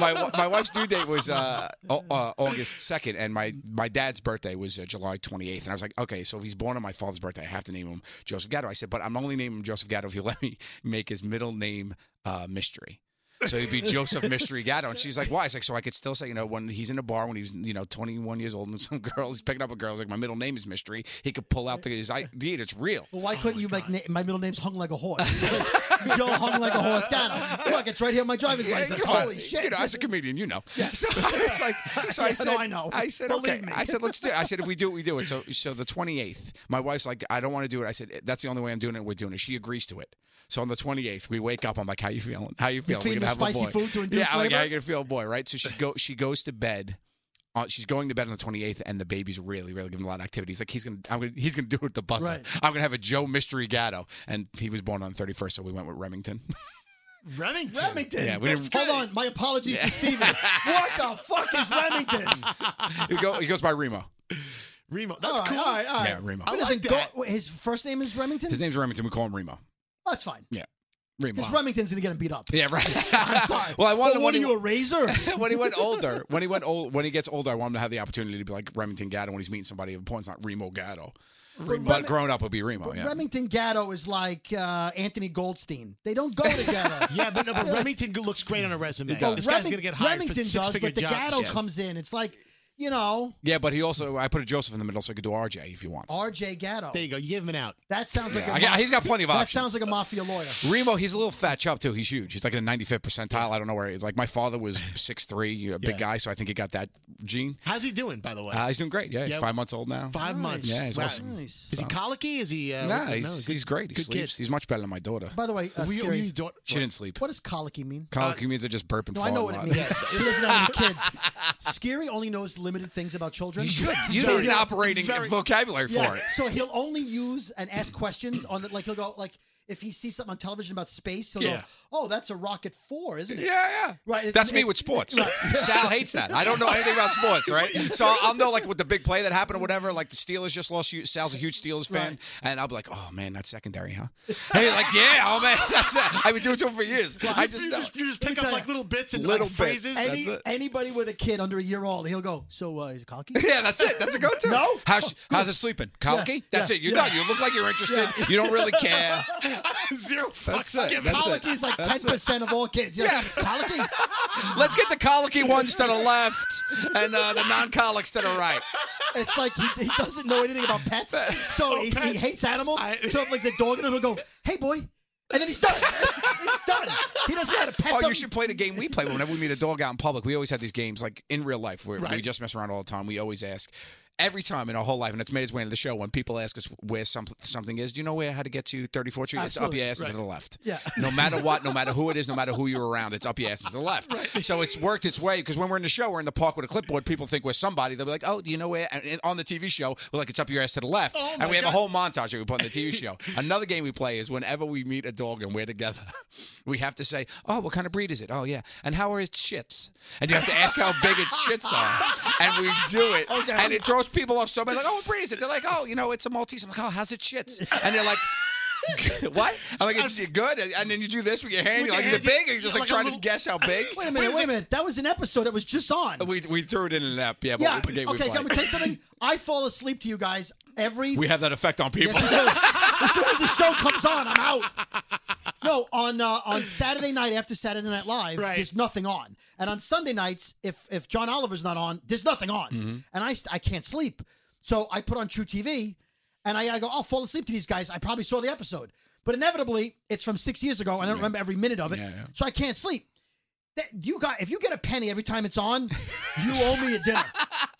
C: my wa- my wife's due date was uh, au- uh, August second, and my my dad's birthday was uh, July twenty eighth. And I was like, okay, so if he's born on my father's birthday, I have to name him Joseph Gatto. I said, but I'm only naming him Joseph Gatto if you let me make his middle name uh, mystery. So he'd be Joseph Mystery Gatto, and she's like, "Why?" It's like, "So I could still say, you know, when he's in a bar when he's, you know, 21 years old, and some girl he's picking up a girl, he's like, my middle name is Mystery. He could pull out the, his ID, and it's real.
B: Well, why couldn't you make na- my middle name's hung like a horse? Joe hung like a horse. Gatto. Look, it's right here on my driver's
C: Yeah,
B: license.
C: come on.
B: Holy shit!
C: You know, as a comedian, you know. So it's like, so I
B: Yeah,
C: said,
B: no, I know.
C: I said,
B: Believe
C: okay.
B: me.
C: I said, let's do. it. I said, if we do it, we do it. So, so the twenty eighth, my wife's like, I don't want to do it. I said, that's the only way I'm doing it. We're doing it. She agrees to it. So on the twenty eighth, we wake up. I'm like, how you feeling? How you feeling?
B: feeding
C: We're
B: him spicy food to induce
C: yeah, I'm like,
B: labor?
C: how you gonna feel, boy? Right. So she go. She goes to bed. Uh, she's going to bed on the 28th, and the baby's really, really giving a lot of activity. He's like, he's gonna, I'm gonna, he's gonna do it at the buzzer.
B: Right.
C: I'm gonna have a Joe Mystery Gatto, and he was born on the 31st, so we went with Remington.
A: Remington.
B: Remington.
C: Yeah, we didn't-
B: Hold on. My apologies to Steven. what the fuck is Remington?
C: he, go, he goes by Remo.
A: Remo.
B: All
A: That's
B: right,
A: cool.
B: All right, all right.
C: Oh, Yeah, Remo.
B: But
A: I
B: doesn't
A: like that.
B: Go- wait, his first name is Remington.
C: His name's Remington. We call him Remo.
B: That's fine.
C: Remo.
B: Because Remington's gonna get him beat up.
C: yeah, right.
B: I'm sorry.
C: Well, I wanted
B: But what
C: to-
B: are
C: when
B: you
C: he-
B: a razor?
C: when he went older, when he went old, when he gets older, I want him to have the opportunity to be like Remington Gatto when he's meeting somebody. The point's not Remo Gatto, but
B: Remi-
C: growing up it'd be Remo. Yeah,
B: Remington Gatto is like uh, Anthony Goldstein. They don't go together.
A: Yeah, but, no, but Remington looks great on a resume.
C: does.
A: This
B: Reming-
A: guy's going to get hired
B: Remington
A: for six
B: does,
A: figure
B: but the
A: jobs.
B: Gatto
C: Yes.
B: comes in. It's like you know
C: yeah, but he also I put a Joseph in the middle so he could do RJ if he wants.
B: R.J. Gatto.
A: There you go. You give him an out.
B: That sounds like
C: Yeah,
B: a
C: I got-
B: maf-
C: he's got plenty of
B: that
C: options.
B: sounds like a mafia lawyer.
C: Remo, he's a little fat chub too. He's huge. He's like in a 95th percentile. I don't know where. he- Like my father was 6'3", a big
A: Yeah.
C: guy, so I think he got that gene.
A: How's he doing, by the way?
C: Uh, he's doing great. Yeah, he's
A: Yeah.
C: five months old now.
A: Five months.
C: Yeah, he's
A: Wow.
C: awesome.
B: Nice.
A: Is he colicky? Is he? Uh,
C: Nah,
A: what- no,
C: he's,
A: good-
C: he's great. He
A: good
C: sleeps.
A: Kid.
C: He's much better than my daughter.
B: By the way, uh,
A: Were you- were
B: Scary,
A: you daughter-
C: She didn't sleep.
B: what does colicky mean?
C: Colicky means I just burp and
B: Uh, No,
C: fall
B: I know
C: a
B: what it
C: lot.
B: means. he doesn't have any kids. Scary only knows limited things about children.
C: You should. You
A: Very-
C: need an operating
A: very-
C: vocabulary
B: Yeah.
C: for it.
B: So he'll only use and ask questions on it. Like he'll go like if he sees something on television about space, he'll go,
A: Yeah.
B: "Oh, that's a rocket four, isn't it?"
C: Yeah, yeah.
B: Right, it-
C: That's me
B: it-
C: with sports.
B: right.
C: Sal hates that. I don't know anything about sports, right? So I'll, I'll know like with the big play that happened or whatever. Like the Steelers just lost. huge- Sal's a huge Steelers fan,
B: Right.
C: and I'll be like, "Oh man, that's secondary, huh?" Hey, like, yeah, oh man, that's that. I've been doing it to him for years. I just
A: you
C: know.
A: just, you just
B: Let me
A: pick
B: tell
A: up
B: you.
A: like little bits and
C: Little
A: like,
C: bits.
A: phrases.
C: And-
B: Any
C: That's it.
B: anybody with a kid under a year old, he'll go. So uh, is it colicky?
C: Yeah, that's it. That's a go-to.
B: No? Oh,
C: How's how's it sleeping? Colicky? That's
B: yeah,
C: it. You're
B: yeah.
C: done. You look like you're interested. You don't really care.
A: Zero fucks
C: That's it.
A: given.
C: That's it.
B: colicky is like ten
C: That's it.
B: percent of all kids. You're like,
C: Yeah.
B: colicky.
C: Let's get the colicky ones to the left and uh, the non-colics to the right.
B: It's like he, he doesn't know anything about pets,
C: Oh,
B: so he's, he
A: pets.
B: hates animals.
A: I-
B: so if like the dog and he'll go, "Hey, boy," and then he's done. he's done. He doesn't know how to pet.
C: Oh, you
B: something.
C: should play the game we play whenever we meet a dog out in public. We always have these games, like in real life, where we
A: Right.
C: just mess around all the time. We always ask every time in our whole life, and it's made its way into the show. When people ask us where some, something is, do you know where how to get to 34th Street? It's up
B: Absolutely.
C: your ass and
A: Right.
C: to the left.
B: Yeah.
C: No matter what, no matter who it is, no matter who you're around, it's up your ass and to the left. So it's worked its way because when we're in the show, we're in the park with a clipboard. People think we're somebody. They'll be like, "Oh, do you know where?" And, and on the TV show, we're like, "It's up your ass to the left,"
A: Oh,
C: and
A: my
C: we have a
A: God.
C: whole montage that we put on the TV show. Another game we play is whenever we meet a dog and we're together, we have to say, "Oh, what kind of breed is it?" "Oh, yeah." And how are its shits? And you have to ask how big its shits are, and we do it,
B: Okay.
C: and it throws people off so much. Like, "Oh, what breed is it?" They're like, "Oh, you know, it's a Maltese." I'm like, "Oh, how's its shits?" And they're like. what? I'm like, it's good. And then you do this with your hand.
A: With
C: You're like,
A: your
C: is it
A: hand,
C: big? And
A: yeah,
C: you're just
A: like
C: like
A: a
C: trying to
A: little-
C: guess how big.
B: Wait a minute, wait a minute. That was an episode that was just on.
C: We, we threw it in an app. Yeah, but
B: yeah.
C: it's a game we
B: okay,
C: play.
B: can we tell you something? I fall asleep to you guys every
C: We have that effect on people.
B: Yes, it does. as soon as the show comes on, I'm out. No, on uh, on Saturday night after Saturday Night Live,
A: Right.
B: there's nothing on, and on Sunday nights, if if John Oliver's not on, there's nothing on,
A: Mm-hmm.
B: and I st- I can't sleep, so I put on True TV, and I, I go, I'll fall asleep to these guys. I probably saw the episode, but inevitably, it's from six years ago, and I don't remember every minute of it,
C: Yeah, yeah.
B: so I can't sleep. That, you got if you get a penny every time it's on, you owe me a dinner.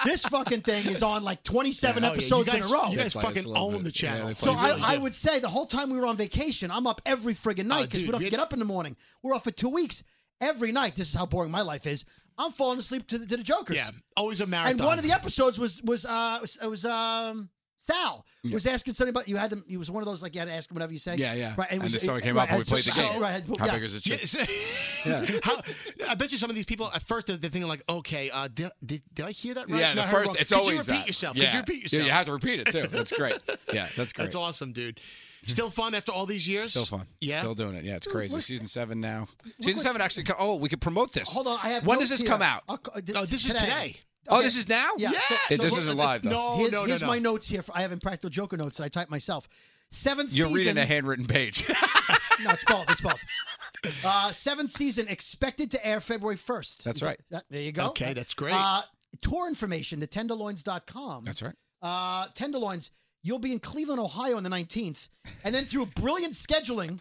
B: this fucking thing is on like 27
A: Oh, yeah, you
B: episodes
A: guys-
B: in a row.
A: You guys
C: play us a
A: fucking
C: little
A: own
C: bit.
A: the
C: Yeah,
A: channel.
C: they play
B: So
C: They
B: I,
C: really
B: I would say the whole time we were on vacation, I'm up every friggin'
C: Ah,
B: night because
A: dude,
B: we don't have
A: we-
B: to get up in the morning. We're off for two weeks. Every night, this is how boring my life is. I'm falling asleep to the, to the Jokers.
A: Yeah, always a marathon.
B: and one of the episodes was was uh was, it was um Sal was asking something about you had them. He was one of those like you had to ask him whatever you say.
C: Yeah, yeah.
B: eh, Right,
C: And
B: was-
C: the song came up and we played the
B: so-
C: game.
B: Right,
C: How
B: yeah.
C: big is it?
A: Yes. How, I bet you some of these people at first they're thinking like, okay, uh, did, did did I hear that right?
C: Yeah,
A: No,
C: the
A: I heard
C: first,
A: wrong.
C: it's
A: Could
C: always
A: you repeat
C: that.
A: yourself?
C: Yeah.
A: Could you repeat
C: Yeah,
A: yourself?
C: you have to repeat it too. That's great. Yeah, that's great.
A: That's awesome, dude. Still fun after all these years.
C: Still fun.
A: Yeah.
C: Still doing it. Yeah, it's crazy.
B: look-
C: Season seven now. Season seven actually. co- Oh, we could promote this.
B: Hold on, I have.
C: When does
B: notes
C: this
B: here.
C: come out?
B: I'll co-
A: oh, this is today.
C: Oh,
B: Okay.
C: this is oh, now.
B: Yeah, so-
C: It- this
A: So-
C: isn't live though.
A: No,
B: here's
A: no, no,
B: here's
A: no.
B: my notes here. For, I have impractical joker notes that I typed myself. Seventh
C: You're
B: season.
C: reading a handwritten page.
B: No, it's both. It's both. Uh, seventh season expected to air February 1st.
C: That's
B: Is
C: right.
B: that- there you go.
A: Okay, that's great.
B: Uh, tour information to tenderloins.com.
C: That's right.
B: Uh, tenderloins, you'll be in Cleveland, Ohio on the 19th. And then through brilliant scheduling,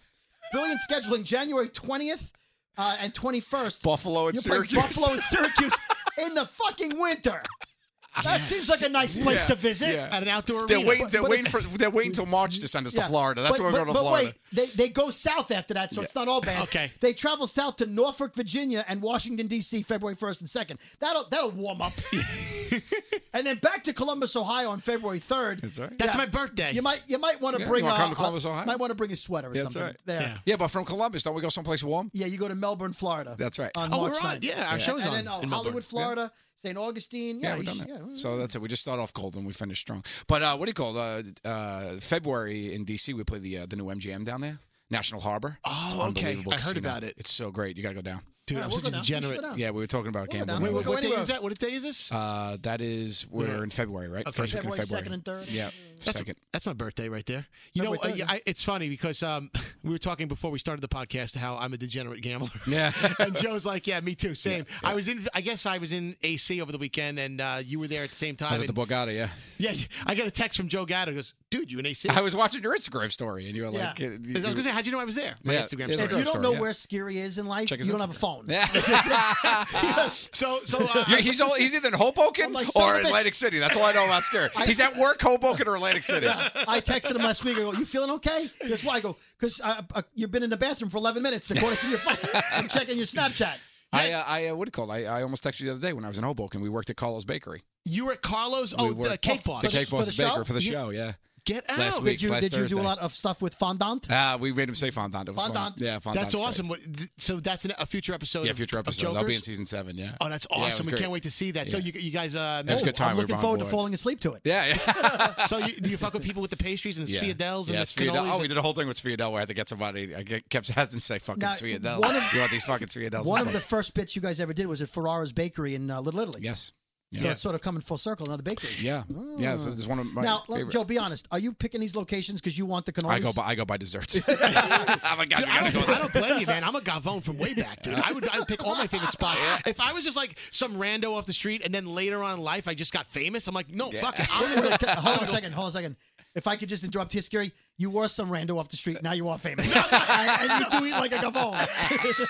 B: brilliant scheduling, January 20th uh, and 21st.
C: Buffalo and
B: you'll play
C: Syracuse.
B: Buffalo and Syracuse in the fucking winter. That seems like a nice place
C: Yeah.
B: to visit.
C: Yeah.
A: at an outdoor
C: They're
A: arena.
C: waiting. They're
B: but
C: waiting for.
B: it's-
C: They're waiting till March to send us to
B: Yeah.
C: Florida. That's
B: But-
C: where we're
B: but-
C: going to
B: but
C: Florida.
B: wait, they, they go south after that, so it's not all bad.
A: Okay.
B: They travel south to Norfolk, Virginia, and Washington D.C. February first and second. That'll that'll warm up. and then back to Columbus, Ohio on February third.
C: That's all right.
A: That's my birthday.
B: You might you might want to
C: Yeah,
B: bring
C: you wanna
B: a,
C: come to Columbus,
B: a-
C: Ohio?
B: might want to bring a sweater or
C: Yeah, that's
B: something.
C: right.
B: There.
A: Yeah.
B: Yeah.
C: Yeah, but from Columbus, don't we go someplace warm?
B: you go to Melbourne, Florida.
C: That's right.
B: On
A: oh,
B: March
A: we're on.
B: 9th.
A: Yeah, our show's
B: and
A: on.
B: then oh,
A: in Melbourne.
B: Hollywood, Florida, St. Augustine. Yeah,
C: Yeah, we've
B: you
C: done
B: should-
C: that.
B: yeah.
C: So that's it. We just start off cold and we finish strong. But uh, what do you call it? Uh, uh, February in DC, we play the uh, the new MGM down there, National Harbor.
A: Oh,
C: It's
A: okay.
C: unbelievable
A: I heard
C: casino.
A: about it.
C: It's so great. You got to go down.
A: Dude,
B: Yeah,
A: I'm
B: we'll
A: such
B: go
A: a
B: down. We should
A: degenerate.
B: go down.
C: Yeah, we were talking
B: We'll
C: about
B: go
C: gambling.
B: down.
C: earlier.
A: Wait,
B: We'll go
A: what day
B: anywhere.
A: is that? What day is this?
C: Uh, that is we're in February, right?
A: Okay.
C: First week
B: February
C: in February.
B: second and third.
C: Yeah,
A: That's,
C: second.
A: that's my birthday right there. You know,
B: February
A: I,
B: third,
A: I, it's funny because um, we were talking before we started the podcast how I'm a degenerate gambler.
C: Yeah.
A: and Joe's like, "Yeah, me too. Same. I was in. I guess I was in AC over the weekend, and uh, you were there at the same time.
C: I was at the
A: and-
C: Borgata, yeah.
A: yeah, I got a text from Joe Gatto. Goes, dude, you in AC?
C: I was watching your Instagram story, and you were like,
B: Yeah.
C: uh, you-
A: I was gonna say, how'd you know I was there? My
C: Yeah,
A: Instagram story.
C: it's
B: If you
C: Instagram
B: don't
C: story,
B: know
C: yeah.
B: where Scary is in life,
C: Check
B: you
C: his
B: don't have a
C: Instagram.
B: phone.
C: Yeah.
A: So, so uh,
C: Yeah, he's all, he's either in Hoboken
B: I'm like, son
C: or
B: of a bitch.
C: Atlantic City. That's all I know about Scary. he's at work, Hoboken or Atlantic City.
B: I texted him last week. I go, "You feeling okay?" He goes, "Why?" I go, "Cause uh, uh, you've been in the bathroom for 11 minutes. According to your phone, I'm checking your Snapchat."
C: I, uh, I uh, what do you call it? I, I almost texted you the other day when I was in Hoboken. We worked at Carlos Bakery.
A: you were at Carlos. Oh,
C: we worked
A: the cake boss.
C: The cake
B: For
C: boss
B: the
C: at Baker
B: show?
C: for the
A: You-
C: show. Yeah.
A: Get out.
C: Last week.
B: Did you
C: last
B: did you do
C: Thursday.
B: a lot of stuff with fondant?
C: Ah, we made him say fondant. It Oh, was fun.
B: Fondant.
C: Yeah, fondant.
A: That's awesome. What, th- so that's an, a future episode.
C: Yeah,
A: of-
C: future
A: of
C: episode. That'll be in
A: Jokers?
C: season seven. Yeah.
A: Oh, that's
C: Yeah, it was
A: awesome! we
C: great.
A: can't wait to see that. So
C: Yeah.
A: you, you guys, uh,
C: That's
A: oh,
C: a good time.
B: I'm
C: we were
B: looking
C: on
B: forward to
C: board.
B: falling asleep to it.
C: Yeah, yeah.
A: So you, do you fuck with people with the pastries and the
C: yeah.
A: sfiadels and
C: yeah,
A: the cannolis?
C: Sfiadel. Oh, we did a whole thing with Sfiadel where I had to get somebody. I get- kept having to say fucking
B: Now,
C: Sfiadel.
B: one of-
C: You want these fucking Sfiadels?
B: One
C: It's
B: of the
C: fun.
B: first bits you guys ever did was at Ferrara's Bakery in uh, Little Italy.
C: Yes.
B: So it's sort of coming full circle. Another bakery.
C: Yeah. Yeah. So there's one of my
B: Now, let-
C: favorite.
B: Joe, be honest. Are you picking these locations because you want the cannolis?
C: I go by I go by desserts. I'm like, God,
A: Dude,
C: we
A: I,
C: gotta go
A: don't, I
C: there.
A: don't blame you, man. I'm a Gavone from way back, dude. I would, I would pick all my favorite spots. If I was just like some rando off the street, and then later on in life I just got famous, I'm like, no, fuck it. I'm
B: Wait, wait, hold on a second. Hold on a second. If I could just interrupt here, Scary, you were some rando off the street. Now you are famous, and, and you do eat like a gavone.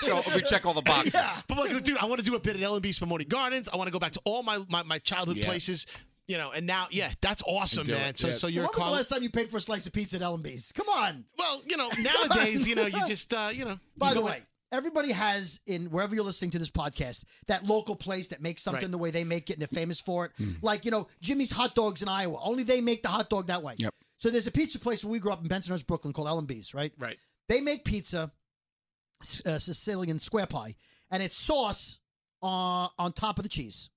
C: So we check all the boxes.
B: yeah.
A: But like, dude, I want to do a bit at L&B Spumoni Gardens. I want to go back to all my my, my childhood
C: Yeah.
A: places, you know. And now, yeah, that's awesome,
C: Do
A: man.
C: it,
A: So,
C: yeah.
A: so you're a
B: when was the
A: Carl-
B: last time you paid for a slice of pizza at L&B's? Come on.
A: well, you know, nowadays, you know, you just, uh, you know.
B: By
A: you
B: the
A: go
B: way, everybody has in wherever you're listening to this podcast that local place that makes something
A: Right. Mm.
B: the way they make it and they're famous for it. Like you know Jimmy's Hot Dogs in Iowa. Only they make the hot dog that way.
C: Yep.
B: So there's a pizza place where we grew up in Bensonhurst, Brooklyn, called L&B's. Right.
A: in- right.
B: They make pizza, s- uh, Sicilian square pie, and it's sauce on on top of the cheese,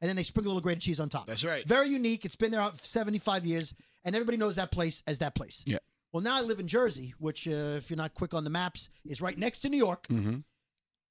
B: and then they sprinkle a little grated chease on top.
A: That's right.
B: Very unique. It's been there out for 75 years, and everybody knows that place as that place.
C: Yeah.
B: Well, now I live in Jersey, which, uh, if you're not quick on the maps, is right next to New York.
C: Mhm.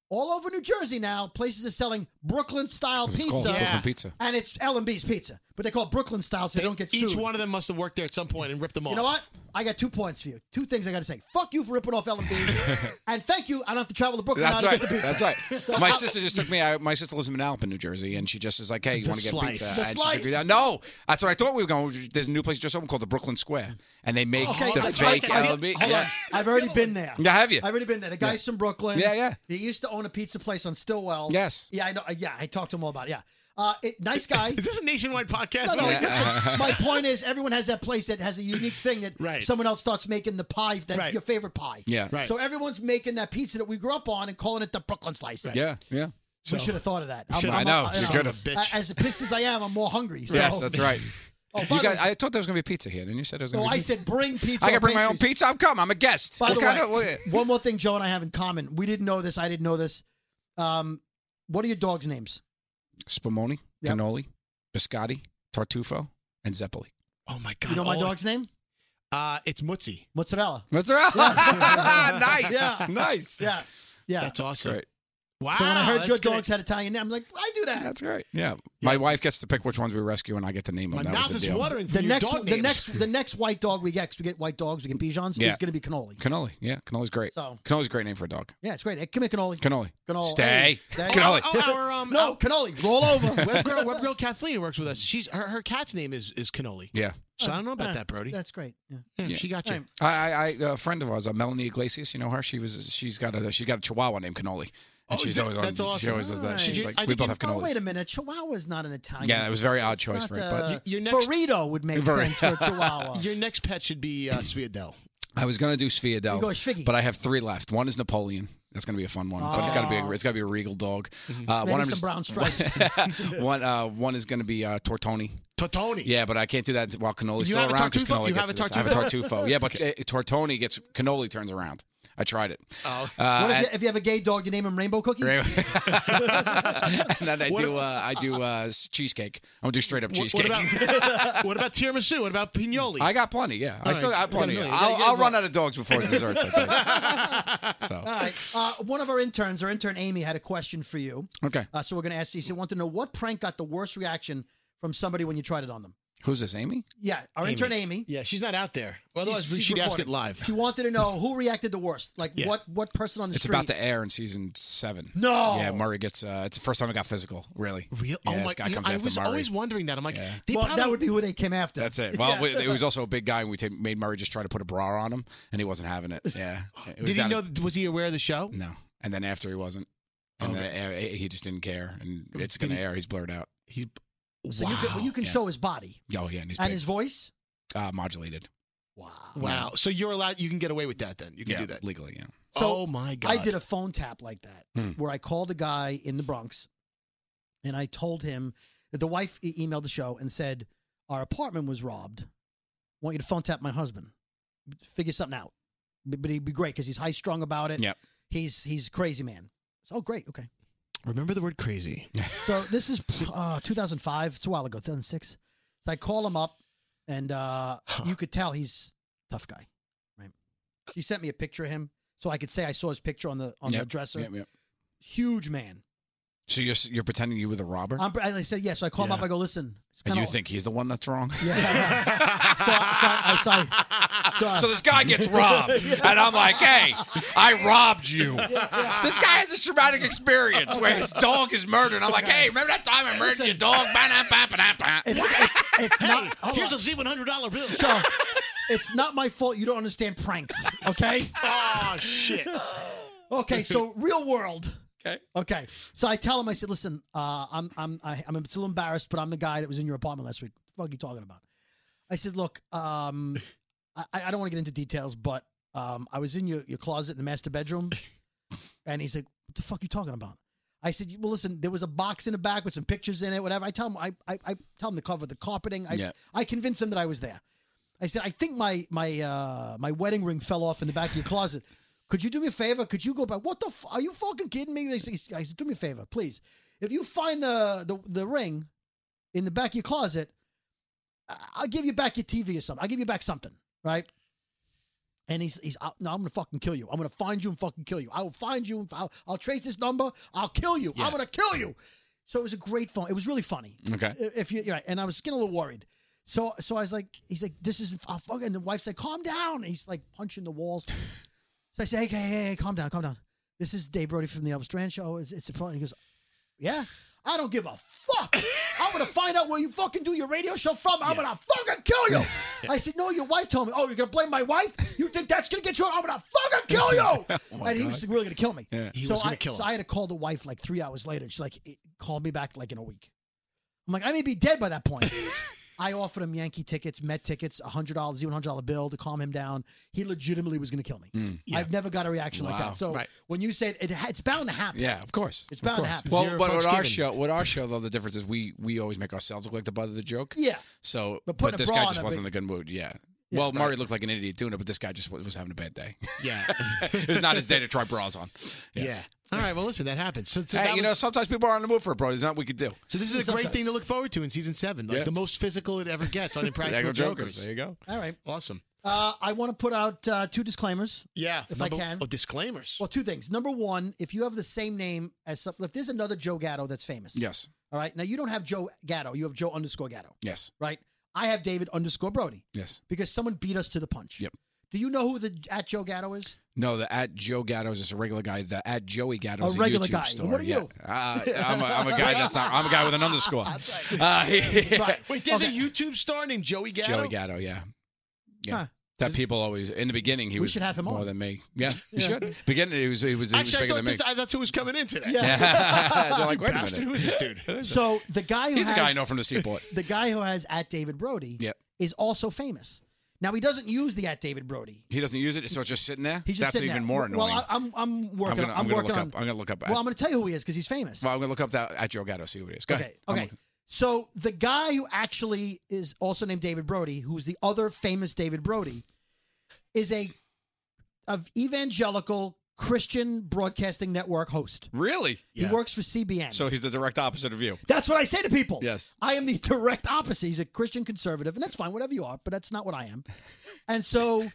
B: All over New Jersey now, places are selling Brooklyn style
C: It's
B: pizza,
C: called
A: Yeah.
C: Brooklyn Pizza.
B: and it's L and B's pizza, but they call it Brooklyn style, so they, don't get sued.
A: Each one of them must have worked there at some point and ripped them off.
B: You know what? I got two points for you. Two things I got to say. Fuck you for ripping off LMBs, and thank you. I don't have to travel to Brooklyn
C: That's
B: now to
C: right.
B: get the pizza.
C: That's right.
B: So
C: my
B: I'll-
C: sister just took me. I, my sister lives in Manalapan, New Jersey, and she just is like, "Hey, you
A: The
C: want to get
A: slice.
C: pizza?"
A: The
C: and she
B: slice.
C: took me down. No, that's what I thought we were going. There's a new place just open called the Brooklyn Square, and they make
B: Okay,
C: the
B: I- I-
C: fake
B: I-
C: LB.
B: oh, Hold
C: yeah.
B: on. I've already been there.
C: Yeah, have you?
B: I've already been there. The guy's from Brooklyn.
C: Yeah, yeah.
B: He used to own a pizza place on Stillwell.
C: Yes.
B: Yeah, I know. Uh, Yeah, I talked to him all about it. Yeah. Uh, it, nice guy.
A: Is this a nationwide podcast? Oh,
B: No, no,
A: What is this?
B: listen, my point is everyone has that place that has a unique thing that
A: Right.
B: someone else starts making the pie that's
A: Right.
B: your favorite pie.
C: Yeah.
A: Right.
B: So everyone's making that pizza that we grew up on and calling it the Brooklyn slice.
C: Yeah. Yeah.
B: We should have thought of that.
A: should-
C: I know,
B: uh,
C: you
B: you
C: could
B: know,
A: have. Bitch.
B: a- As pissed as I am, I'm more hungry. So.
C: Yes, that's right.
B: Oh, by
C: You
B: the
C: guys,
B: way,
C: I thought there was going to be pizza here, and you said there was going
B: no,
C: to be
B: I
C: pizza.
B: said bring pizza.
C: I can
B: or
C: bring my own
B: pastries.
C: pizza. I'm coming. I'm a guest.
B: By
C: What
B: the
C: kind
B: way,
C: of- what-
B: one more thing, Joe and I have in common. We didn't know this. I didn't know this. Um, what are your dogs' names?
C: Spumoni,
B: Yep.
C: cannoli, biscotti, tartufo, and zeppoli.
A: Oh my god!
B: You know my
A: all-
B: dog's name?
A: Uh, it's Mutzi.
B: Mozzarella.
C: Mozzarella. nice.
B: Yeah.
C: Nice.
B: Yeah, yeah.
A: That's awesome.
C: Great.
A: Wow.
B: so when I heard
A: that's
B: your
A: great.
B: dogs had Italian name, I'm like, I do that.
C: That's great. Yeah. My wife gets to pick which ones we rescue, and I get to name them.
A: my
C: that
A: mouth
C: was the
A: is
C: deal.
A: watering. from
B: The
A: your
B: next,
A: dog
B: the
A: names.
B: next, the next white dog we get, 'cause we get white dogs, we get Bichons,
C: Yeah.
B: is going to be cannoli.
C: Cannoli. Yeah. Cannoli's great.
B: So-
C: Cannoli's a great name for a dog.
B: Yeah, it's great. Hey, Come here, cannoli.
C: Cannoli.
B: Cannoli.
C: Stay.
B: Hey, there you
C: Cannoli.
A: Oh, our um,
B: No,
A: no.
B: cannoli. Roll over.
A: Web girl, web girl Kathleen works with us. She's her, her cat's name is is Cannoli.
C: Yeah.
A: So I don't know about
B: Yeah,
A: that, Brody.
B: That's great. Yeah.
A: Yeah,
C: yeah.
A: She got you.
B: All right.
C: I, I, I, a friend of ours, uh, Melanie Iglesias. You know her. She was. She's got a. She got a Chihuahua named Cannoli,
A: Oh,
C: and she's
A: that-
C: always
A: that's
C: on. She
A: awesome.
C: always does that.
B: Nice.
C: She's
A: I
C: like,
A: think
C: we both
A: you-
C: have
B: Oh,
C: cannolis.
B: wait a minute. Chihuahua's not an Italian.
C: Yeah, it was a very odd
B: It's
C: choice
B: not,
C: for it, but-
B: uh,
A: Your next-
B: burrito would make
C: Very-
B: sense for a Chihuahua.
A: Your next pet should be uh, Sviadel.
C: I was gonna do Sfiadel,
B: You go Shviggy.
C: but I have three left. One is Napoleon. That's gonna be a fun one, but it's gotta be. A, it's gotta be a regal dog. Uh,
B: Maybe
C: I'm
B: some brown stripes.
C: one, uh, one is gonna be uh, Tortoni.
A: Totoni.
C: Yeah, but I can't do that while Cannoli's
A: You
C: still
A: have a
C: around because
A: Tartufo?
C: Cannoli
A: You
C: gets
A: have a
C: this. I have a Tartufo. yeah, but uh, Tortoni gets Cannoli turns around. I tried it.
A: Oh.
C: Uh,
B: What if,
C: and-
B: you, if you have a gay dog, you name him Rainbow Cookie?
C: and then I
A: What
C: do uh, I do uh, s- cheesecake. I'm gonna do straight up
A: What,
C: cheesecake.
A: what about what about tiramisu? What about pignoli?
C: I got plenty. Yeah, I
A: right,
C: still got
A: you got a
C: plenty.
A: million. You gotta
C: I'll,
A: get
C: I'll
A: us
C: run
A: all.
C: out of dogs before desserts. I think.
B: All
C: so
B: right. Uh, one of our interns, our intern Amy, had a question for you.
C: okay,
B: Uh, so we're going to ask you. She wanted to know what prank got the worst reaction from somebody when you tried it on them.
C: who's this? Amy?
B: Yeah, our intern Amy.
A: yeah, she's not out there. Otherwise,
B: she's
A: she'd ask
B: recording.
A: it live.
B: She wanted to know who reacted the worst. Like
A: Yeah.
B: what what person on the
C: It's
B: street?
C: about to air in season seven.
A: Oh.
B: No.
C: Yeah, Murray gets. Uh, it's the first time I got physical. Really.
A: Real?
C: Yeah,
A: oh my!
C: this guy
A: you know,
C: comes
A: I
C: after
A: was
C: Murray.
A: always wondering that. I'm like,
C: Yeah.
A: they
B: well,
A: probably
B: that would be who they came after.
C: That's it. Well, we- it was also a big guy, and we ta- made Murray just try to put a bra on him, and he wasn't having it. Yeah. It was
A: Did he
C: down-
A: know? Was he aware of the show?
C: No. And then after he wasn't, and
A: Okay.
C: then uh, he just didn't care, and it's
A: Did
C: gonna
A: he-
C: air. He's blurred out.
A: He.
B: So
A: wow.
B: you can, well, you can
C: Yeah.
B: show his body
C: Oh yeah, and he's
B: and
C: big.
B: his voice.
C: uh, modulated.
B: Wow.
A: wow. So you're allowed. You can get away with that. Then you can
C: yeah,
A: do that.
C: legally. Yeah.
B: So,
A: oh my god!
B: I did a phone tap like that
C: Hmm.
B: where I called a guy in the Bronx and I told him that the wife e- emailed the show and said, Our apartment was robbed. Want you to phone tap my husband. Figure something out. But but he'd be great because he's high strung about it.
C: Yep.
B: He's he's a crazy man. So, oh, great. Okay.
A: Remember the word crazy.
B: So this is uh, 2005. It's a while ago, 2006. So I call him up, and uh, you could tell he's a tough guy, right? He sent me a picture of him, so I could say I saw his picture on the on the
C: Yep,
B: dresser.
C: Yep, yep.
B: Huge man.
C: So you're s- you're pretending you were the robber,
B: I'm, I said yes. So I call him
A: Yeah.
B: up. I go, listen. it's
C: and
B: kinda-
C: you think he's the one that's wrong.
B: Yeah. so, so
A: uh,
B: I, so I- so I-
C: So this guy gets robbed, and I'm like, "Hey, I robbed you." This guy has a traumatic experience where his dog is murdered. I'm like, "Hey, remember that time I murdered your dog?" Ba-da-ba-ba-da-ba.
B: it's, it's, it's not. hold
A: Here's
B: on.
A: a Z100 bill.
B: So, it's not my fault. You don't understand pranks, okay?
A: oh shit!
B: Okay, so real world.
C: Oh. Okay.
B: Okay. So I tell him, I said, listen, uh, I'm I'm I, I'm still embarrassed, but I'm the guy that was in your apartment last week. What the fuck are you talking about? I said, look, um, I, I don't want to get into details, but um, I was in your, your closet in the master bedroom, and he's like, what the fuck are you talking about? I said, well, listen, there was a box in the back with some pictures in it, whatever. I tell him, I I, I tell him to cover the carpeting. I
C: Yeah.
B: I convince him that I was there. I said, I think my my uh, my wedding ring fell off in the back of your closet. Could you do me a favor? Could you go back? What the? F- are you fucking kidding me? They say, I said, do me a favor, please. If you find the the, the ring in the back of your closet, I- I'll give you back your TV or something. I'll give you back something, right? And he's he's out. No, I'm gonna fucking kill you. I'm gonna find you and fucking kill you. I will find you. And I'll, I'll trace this number. I'll kill you.
A: Yeah.
B: I'm gonna kill you. So it was a great phone. It was really funny.
C: Okay.
B: I- If you you're right, and I was getting a little worried. So so I was like, he's like, this is I'll fucking. And the wife's like, calm down. And he's like punching the walls. so I say, hey, hey, hey, hey, calm down, calm down. This is Dave Brody from the Elvis Duran Show. It's, it's a problem. He goes, yeah. I don't give a fuck. I'm gonna find out where you fucking do your radio show from. I'm gonna fucking kill you. I said, no, your wife told me. Oh, you're gonna blame my wife? You think that's gonna get you? I'm gonna fucking kill you.
C: Oh
B: and he was really gonna kill me.
C: Yeah.
A: He
B: so
A: was gonna
B: I,
A: kill
B: so
A: him.
B: I had to call the wife like three hours later. She's like, it called me back like in a week. I'm like, I may be dead by that point. I offered him Yankee tickets, Met tickets, a hundred dollars, even hundred dollar bill to calm him down. He legitimately was gonna kill me.
A: Yeah.
B: I've never got a reaction like
C: Wow.
B: that. So
A: Right.
B: when you say it, ha- it's bound to happen.
C: Yeah, of course.
B: It's bound to
A: course.
B: happen.
A: Well,
C: Well,
A: Zero
C: but
A: fucks
C: what our
A: given.
C: show, what our show though, the difference is we we always make ourselves look like the butt of the joke.
B: yeah.
C: So,
B: But
C: but,
B: putting a
C: this
B: bra
C: guy
B: on
C: just
B: a
C: wasn't in a good mood. Yeah. well,
B: right.
C: Murray looked like an idiot doing it, but this guy just was, was having a bad day.
A: Yeah.
C: it was not his day to try bras on.
A: yeah. All right. Well, listen, that happens. So, so
C: hey,
A: that
C: you
A: was-
C: know, sometimes people are on the move for it, bro. There's nothing we could do.
A: so this is a great
B: sometimes.
A: thing to look forward to in season seven. Like
C: Yeah.
A: the most physical it ever gets on Impractical
C: Echo
A: Jokers.
C: There you go.
B: All right.
A: Awesome.
B: Uh, I want to put out uh, two disclaimers.
A: Yeah.
B: If I
A: Number-
B: can.
A: Oh, disclaimers.
B: Well, two things. Number one, if you have the same name as some, if there's another Joe Gatto that's famous.
C: Yes.
B: All right. Now you don't have Joe Gatto. You have Joe underscore Gatto.
C: Yes.
B: Right. I have David underscore Brody
C: Yes.
B: because someone beat us to the punch.
C: Yep.
B: Do you know who the at Joe Gatto is?
C: No, the at Joe Gatto is just a regular guy. The at Joey Gatto is
B: A
C: a,
B: regular
C: YouTube
B: guy.
C: star.
B: What are
C: Yeah.
B: you?
C: Uh, I'm, a, I'm a guy that's not. I'm a guy with an underscore. That's right.
B: Right.
A: Wait, there's
B: Okay.
A: a YouTube star named Joey Gatto.
C: Joey Gatto. Yeah. Yeah.
B: Huh.
C: That people always in the beginning he
B: We
C: was
B: should have him
C: more
B: on.
C: than me. Yeah, you should. Beginning he was he was, he was
A: Actually, I
C: bigger
A: thought
C: than me.
A: this, I, that's who was coming in today.
B: Yeah.
C: They're like, wait a
A: Bastard,
C: minute.
A: who is this dude?
B: So the guy who
C: He's
B: has
C: a guy I know from the seaport.
B: the guy who has at David Brody
C: Yep.
B: is also famous. Now he doesn't use the at David Brody.
C: He doesn't use it, so it's just sitting there.
B: He's just
C: That's
B: sitting
C: even
B: there.
C: more annoying.
B: Well, I, I'm I'm working.
C: I'm
B: on,
C: gonna,
B: I'm
C: I'm gonna
B: working
C: look
B: on,
C: up. I'm gonna look up.
B: Well, I'm going to tell you who he is because he's famous.
C: Well, I'm gonna look up that at Joe Gatto. See who it is. Go
B: okay.
C: ahead. I'm
B: Okay.
C: looking.
B: So the guy who actually is also named David Brody, who's the other famous David Brody, is a of evangelical Christian broadcasting network host.
C: Really?
A: Yeah.
B: He works for CBN.
C: So he's the direct opposite of you.
B: that's what I say to people.
C: Yes.
B: I am the direct opposite. He's a Christian conservative, and that's fine, whatever you are, but that's not what I am. And so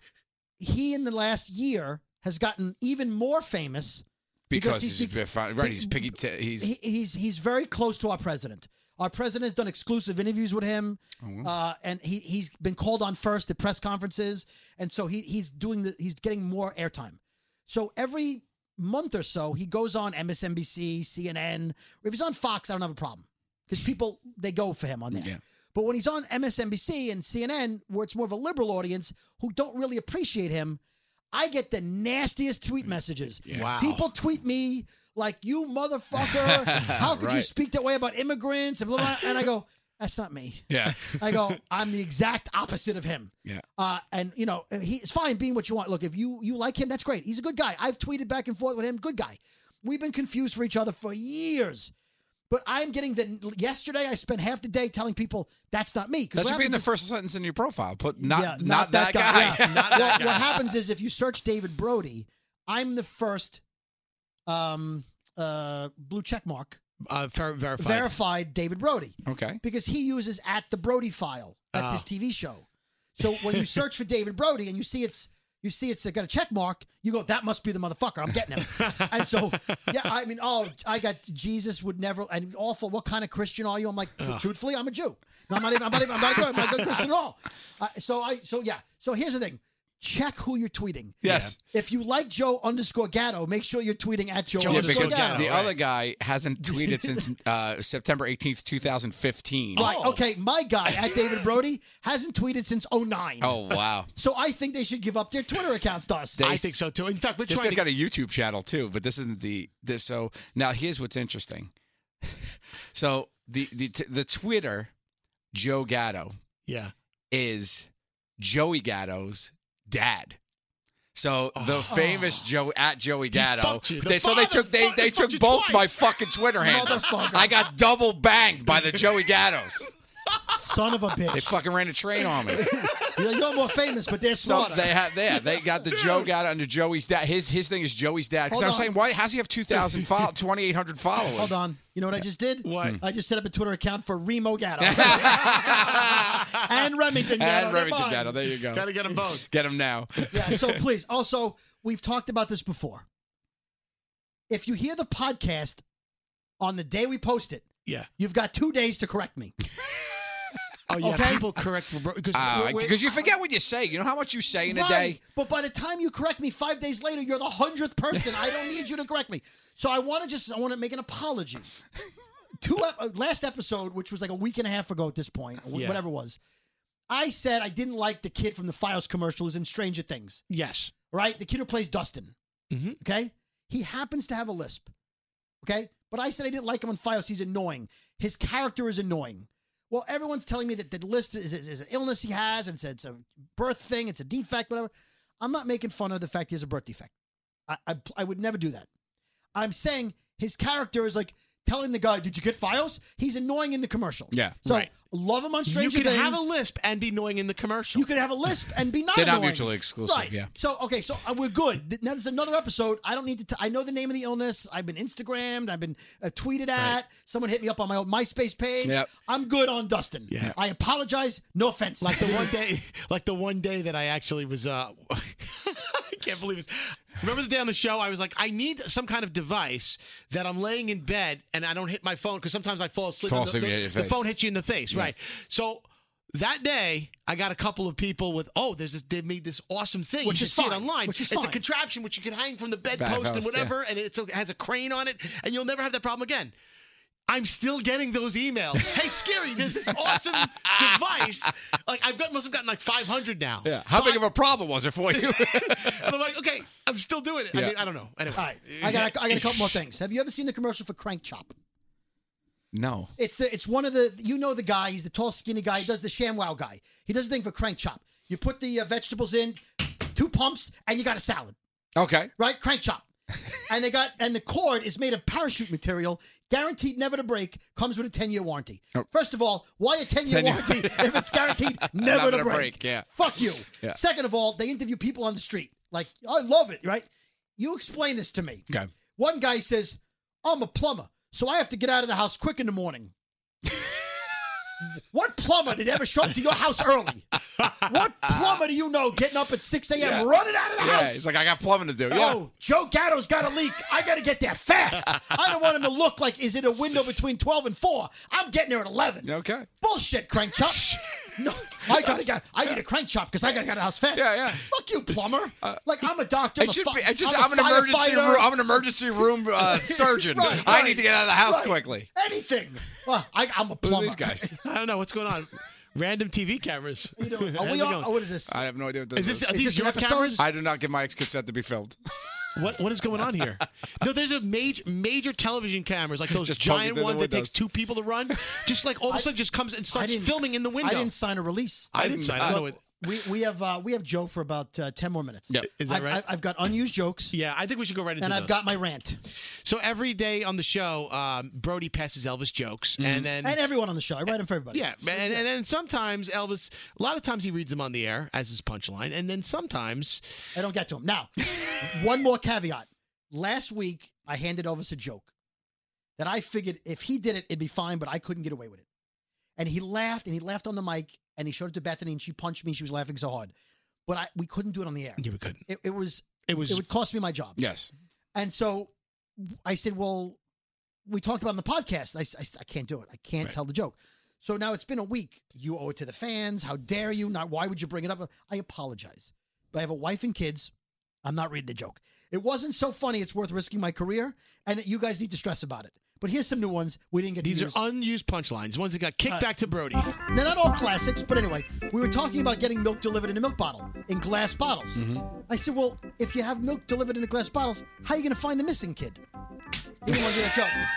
B: he in the last year has gotten even more famous Because
C: Because,
B: he's
C: he's,
B: be-
C: fi- right. He's piggy. T- he's
B: he, he's he's very close to our president. Our president has done exclusive interviews with him, uh, and he he's been called on first at press conferences, and so he he's doing the he's getting more airtime. So every month or so, he goes on MSNBC, CNN. If he's on Fox, I don't have a problem because people they go for him on there.
C: Yeah.
B: But when he's on MSNBC and CNN, where it's more of a liberal audience who don't really appreciate him, I get the nastiest tweet
C: Mm.
B: messages.
A: Wow.
B: People tweet me like, "You motherfucker! How could you
C: Right.
B: speak that way about immigrants?" And blah, blah, blah. and I go, "That's not me."
C: yeah.
B: I go, "I'm the exact opposite of him."
C: Yeah.
B: Uh, and you know, he, it's fine being what you want. Look, if you you like him, that's great. He's a good guy. I've tweeted back and forth with him. Good guy. We've been confused for each other for years. But I'm getting the. Yesterday, I spent half the day telling people that's not me. 'Cause
C: That
B: what
C: should be in the
B: happens is-
C: first sentence in your profile. Put not
B: yeah,
C: not, that, guy.
B: yeah. what, what happens is if you search David Brody, I'm the first um, uh, blue check mark
A: Uh, ver- verified.
B: verified David Brody
C: Okay.
B: because he uses at the Brody file. That's
C: Ah.
B: his TV show. So when you search for David Brody and you see it's you see it's got a check mark, you go, that must be the motherfucker. I'm getting him. and so yeah, I mean, oh, I got Jesus would never and awful. What kind of Christian are you? I'm like,
C: Ah.
B: tru- truthfully, I'm a Jew. No, I'm not even. I'm not even. I'm not, good, I'm not a good Christian at all. Uh, so I. So yeah. So here's the thing. Check who you're tweeting.
C: Yes.
B: If you like Joe underscore Gatto, make sure you're tweeting at Joe,
A: Joe
C: Yeah,
B: underscore
C: because
A: underscore
B: Gatto.
A: Gatto.
C: the
A: right.
C: other guy hasn't tweeted since uh, September 18th, 2015.
B: Right. Okay. My guy at David Brody hasn't tweeted since 09.
C: Oh wow.
B: So I think they should give up their Twitter accounts to us.
A: I think so too. In fact, we're
C: This
A: trying
C: guy's
A: to
C: got a YouTube channel too, but this isn't the this. So now here's what's interesting. so the the t- the Twitter Joe Gatto
A: Yeah.
C: is Joey Gatto's dad. So the famous Joe at Joey Gatto.
A: Oh. fucked you. The
C: They, so they
A: father
C: took they
A: fucking
C: they
A: fucked
C: took
A: you
C: both
A: twice.
C: my fucking Twitter handles.
B: Motherfucker.
C: I got double banged by the Joey Gattos.
B: Son of a
C: They
B: bitch.
C: fucking ran a train on me.
B: You're, you're more famous, but they're
C: So
B: smarter.
C: they had there. They got the Joe got under Joey's dad. His his thing is Joey's dad. Because
B: Hold
C: I was
B: on.
C: saying, why? How's he have 2,000 fol- 2,800 followers?
B: Hold on. You know what I just did?
C: Hmm.
A: What?
B: I just set up a Twitter account for Remo Gatto. and Remington Gatto.
C: And
B: they're
C: Remington
B: mine.
C: Gatto. There you go.
A: Gotta get them both.
C: Get him now.
B: Yeah, so please. Also, we've talked about this before. If you hear the podcast on the day we post it,
A: Yeah.
B: you've got two days to correct me.
A: Oh, yeah.
B: Okay. Ah,
A: People correct for bro- because
C: Uh,
A: we're- we're-
C: Because you forget what you say. You know how much you say in a day?
B: But by the time you correct me five days later, you're the hundredth person. I don't need you to correct me. So I want to just I want to make an apology. Two ep- uh, last episode, which was like a week and a half ago at this point, wh-
A: Yeah.
B: whatever it was. I said I didn't like the kid from the Files commercial who's in Stranger Things,
A: yes.
B: right? The kid who plays Dustin.
A: Mhm.
B: Okay, he happens to have a lisp. Okay, but I said I didn't like him on Files. He's annoying. His character is annoying. Well, everyone's telling me that the list is, is, is an illness he has, and it's, it's a birth thing, it's a defect, whatever. I'm not making fun of the fact he has a birth defect. I, I, I would never do that. I'm saying his character is like telling the guy, "Did you get Files?" He's annoying in the commercial.
C: Yeah,
B: So
A: right.
B: love him on
A: You
B: Stranger
A: can
B: Things.
A: have a lisp and be annoying in the commercial.
B: You could have a lisp and be not.
C: They're not
B: annoying.
C: mutually exclusive,
B: Right.
C: yeah.
B: So okay, so uh, we're good. Th- Now there's another episode. I don't need to. T- I know the name of the illness. I've been Instagrammed. I've been uh, tweeted at.
A: Right.
B: Someone hit me up on my old MySpace page.
C: Yep.
B: I'm good on Dustin.
A: Yeah.
B: I apologize. No offense.
A: like the one day, like the one day that I actually was. Uh, I can't believe this. Remember the day on the show I was like, I need some kind of device that I'm laying in bed and I don't hit my phone because sometimes I fall asleep.
C: Fall
A: and the-
C: asleep, you
A: the,
C: hit your
A: the
C: face.
A: phone hits you in the face, right? So. That day, I got a couple of people with, oh, there's this, they made this awesome thing.
B: Which
A: you
B: is
A: should see
B: fine,
A: it online.
B: which is
A: it's a
B: fine.
A: contraption which you can hang from the bedpost
C: Bedpost,
A: and whatever, and it's a, has a crane on it, and you'll never have that problem again. I'm still getting those emails. Hey, Scary, there's this awesome device. Like I've got, must have gotten like 500 now.
C: Yeah. How
A: So
C: big
A: I-
C: of a problem was it for you?
A: And I'm like, okay, I'm still doing it. I
C: Yeah.
A: mean, I don't know. Anyway,
B: All right, I got a, I got a couple more things. Have you ever seen the commercial for Crank Chop?
C: no.
B: It's the it's one of the you know the guy. He's the tall, skinny guy. He does the ShamWow guy. He does the thing for Crank Chop. You put the uh, vegetables in, two pumps, and you got a salad.
C: Okay.
B: right? Crank chop. and they got and the cord is made of parachute material, guaranteed never to break, comes with a 10-year warranty. First of all, why a 10-year
C: 10 Oh. year-
B: warranty if it's guaranteed never,
C: Never
B: to
C: to
B: break?
C: break, yeah.
B: Fuck you.
C: Yeah.
B: Second of all, they interview people on the street. Like, I love it, right? You explain this to me.
C: Okay.
B: One guy says, I'm a plumber, so I have to get out of the house quick in the morning. what plumber did ever show up to your house early? What plumber do you know getting up at 6 a.m.
C: Yeah.
B: running out of the
C: Yeah.
B: house?
C: He's like, I got plumbing to do. Yeah.
B: Oh, Joe Gatto's got a leak. I got to get there fast. I don't want him to look like, is it a window between 12 and 4? I'm getting there at 11.
C: Okay.
B: Bullshit, crank chop. No, I gotta get. I need a crank chop because I gotta get out of the house fast.
C: Yeah, yeah. Uh,
B: Fuck you, plumber. like I'm a doctor. I'm,
C: It should
B: a fi-
C: be. It just,
B: I'm,
C: I'm,
B: a
C: an emergency
B: firefighter.
C: room. I'm an emergency room uh, surgeon.
B: Right,
C: I
B: right,
C: need to get out of the house
B: right.
C: quickly.
B: Anything. Well, I, I'm a
C: Who are
B: plumber.
C: these guys?
A: I don't know what's going on. Random TV cameras.
B: How you doing? Are
A: How's
B: we
A: it
B: on?
A: going?
B: Oh, what is this?
C: I have no idea what this
A: Is
C: is.
A: this, are
B: Is
A: these
B: this an
A: your
B: episode?
A: cameras?
C: I do not give my consent to be filmed.
A: What what is going on here? No, there's a major major television cameras like those
C: Just poking
A: giant
C: through the
A: ones that takes
C: windows.
A: two people to run. Just like all of a sudden, just comes and starts
B: didn't-
A: filming in the window.
B: I didn't sign a release.
A: I didn't sign. I don't know. what-
B: We we have uh, we have Joe for about uh, ten more minutes.
C: Yep.
A: Is that
B: I've,
A: right?
B: I've- I've got unused jokes,
A: Yeah, I think we should go right into
B: and
A: those.
B: I've got my rant,
A: So every day on the show, um, Brody passes Elvis jokes, and then
B: Mm-hmm. and everyone on the show. I write them for everybody.
A: yeah, and, and then sometimes Elvis, a lot of times he reads them on the air as his punchline, and then sometimes
B: I don't get to him. Now, one more caveat. Last week, I handed Elvis a joke that I figured if he did it, it'd be fine, but I couldn't get away with it. And he laughed and he laughed on the mic and he showed it to Bethany and she punched me. She was laughing so hard. But I, we couldn't do it on the air.
A: yeah, we couldn't.
B: It, it was
A: It was
B: it would cost me my job.
C: Yes.
B: And so I said, well, we talked about it on the podcast. I, s- I s- I can't do it. I can't tell the joke. So now it's been a week. You owe it to the fans. How dare you? Not why would you bring it up? I apologize. But I have a wife and kids. I'm not reading the joke. It wasn't so funny. It's worth risking my career, and that you guys need to stress about it. But here's some new ones we didn't get
A: these
B: to
A: are
B: use.
A: unused punchlines, ones that got kicked
B: All right.
A: back to Brody.
B: They're not all classics, but anyway, we were talking about getting milk delivered in a milk bottle, in glass bottles.
A: Mm-hmm.
B: I said, well, if you have milk delivered in the glass bottles, how are you going to find the missing kid? You didn't want to do that joke.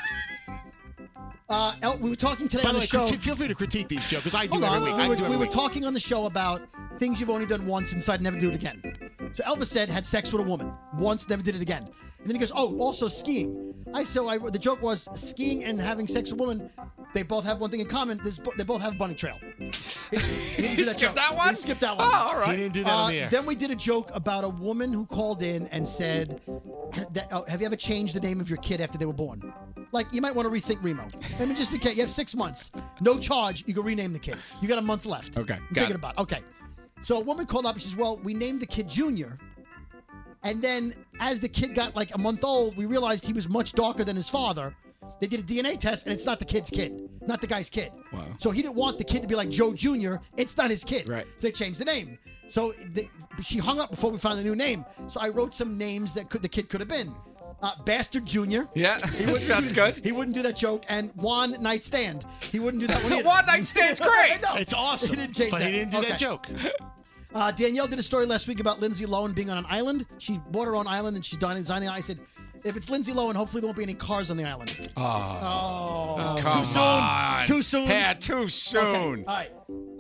B: Uh, El- we were talking today
A: By
B: on
A: the
B: the,
A: way,
B: show.
A: criti- feel free to critique these jokes because I do
B: Hold
A: every
B: on,
A: week.
B: we
A: I
B: were,
A: do every
B: we were
A: week.
B: talking on the show about things you've only done once and decided never to do it again. So Elvis said, had sex with a woman once, never did it again. And then he goes, oh, also skiing. I so I the joke was skiing and having sex with a woman, they both have one thing in common. This, they both have a bunny trail. He didn't do
C: You
B: joke.
C: skipped that one?
B: He skipped that one.
C: Oh, all
A: He
C: right.
A: didn't do that on the
B: Uh,
A: air.
B: Then we did a joke about a woman who called in and said, that, oh, "Have you ever changed the name of your kid after they were born?" Like you might want to rethink Remo. I mean, just in case you have six months, no charge, you can rename the kid. You got a month left.
C: Okay,
B: I'm
C: got
B: thinking
C: it.
B: about. It. Okay, so a woman called up and says, "Well, we named the kid Junior." And then, as the kid got like a month old, we realized he was much darker than his father. They did a DNA test, and it's not the kid's kid, not the guy's kid.
C: Wow.
B: So he didn't want the kid to be like Joe Jr. It's not his kid.
C: Right.
B: So they changed the name. So the, she hung up before we found the new name. So I wrote some names that could the kid could have been. Uh, Bastard Jr.
C: Yeah, that's good.
B: He wouldn't do that joke. And Juan Night Stand. He wouldn't do that one either.
C: One night stand's
B: I
C: great.
B: know.
A: it's awesome.
B: He didn't change
A: but
B: that.
A: he didn't do
B: Okay.
A: that joke.
B: Uh, Danielle did a story last week about Lindsay Lohan being on an island. She bought her own island and she's dining on the island. I said, if it's Lindsay Lohan, hopefully there won't be any cars on the island.
A: Ah.
C: Come
B: soon.
C: on.
B: Too soon.
C: Yeah, too Uh, soon.
B: Okay. All right.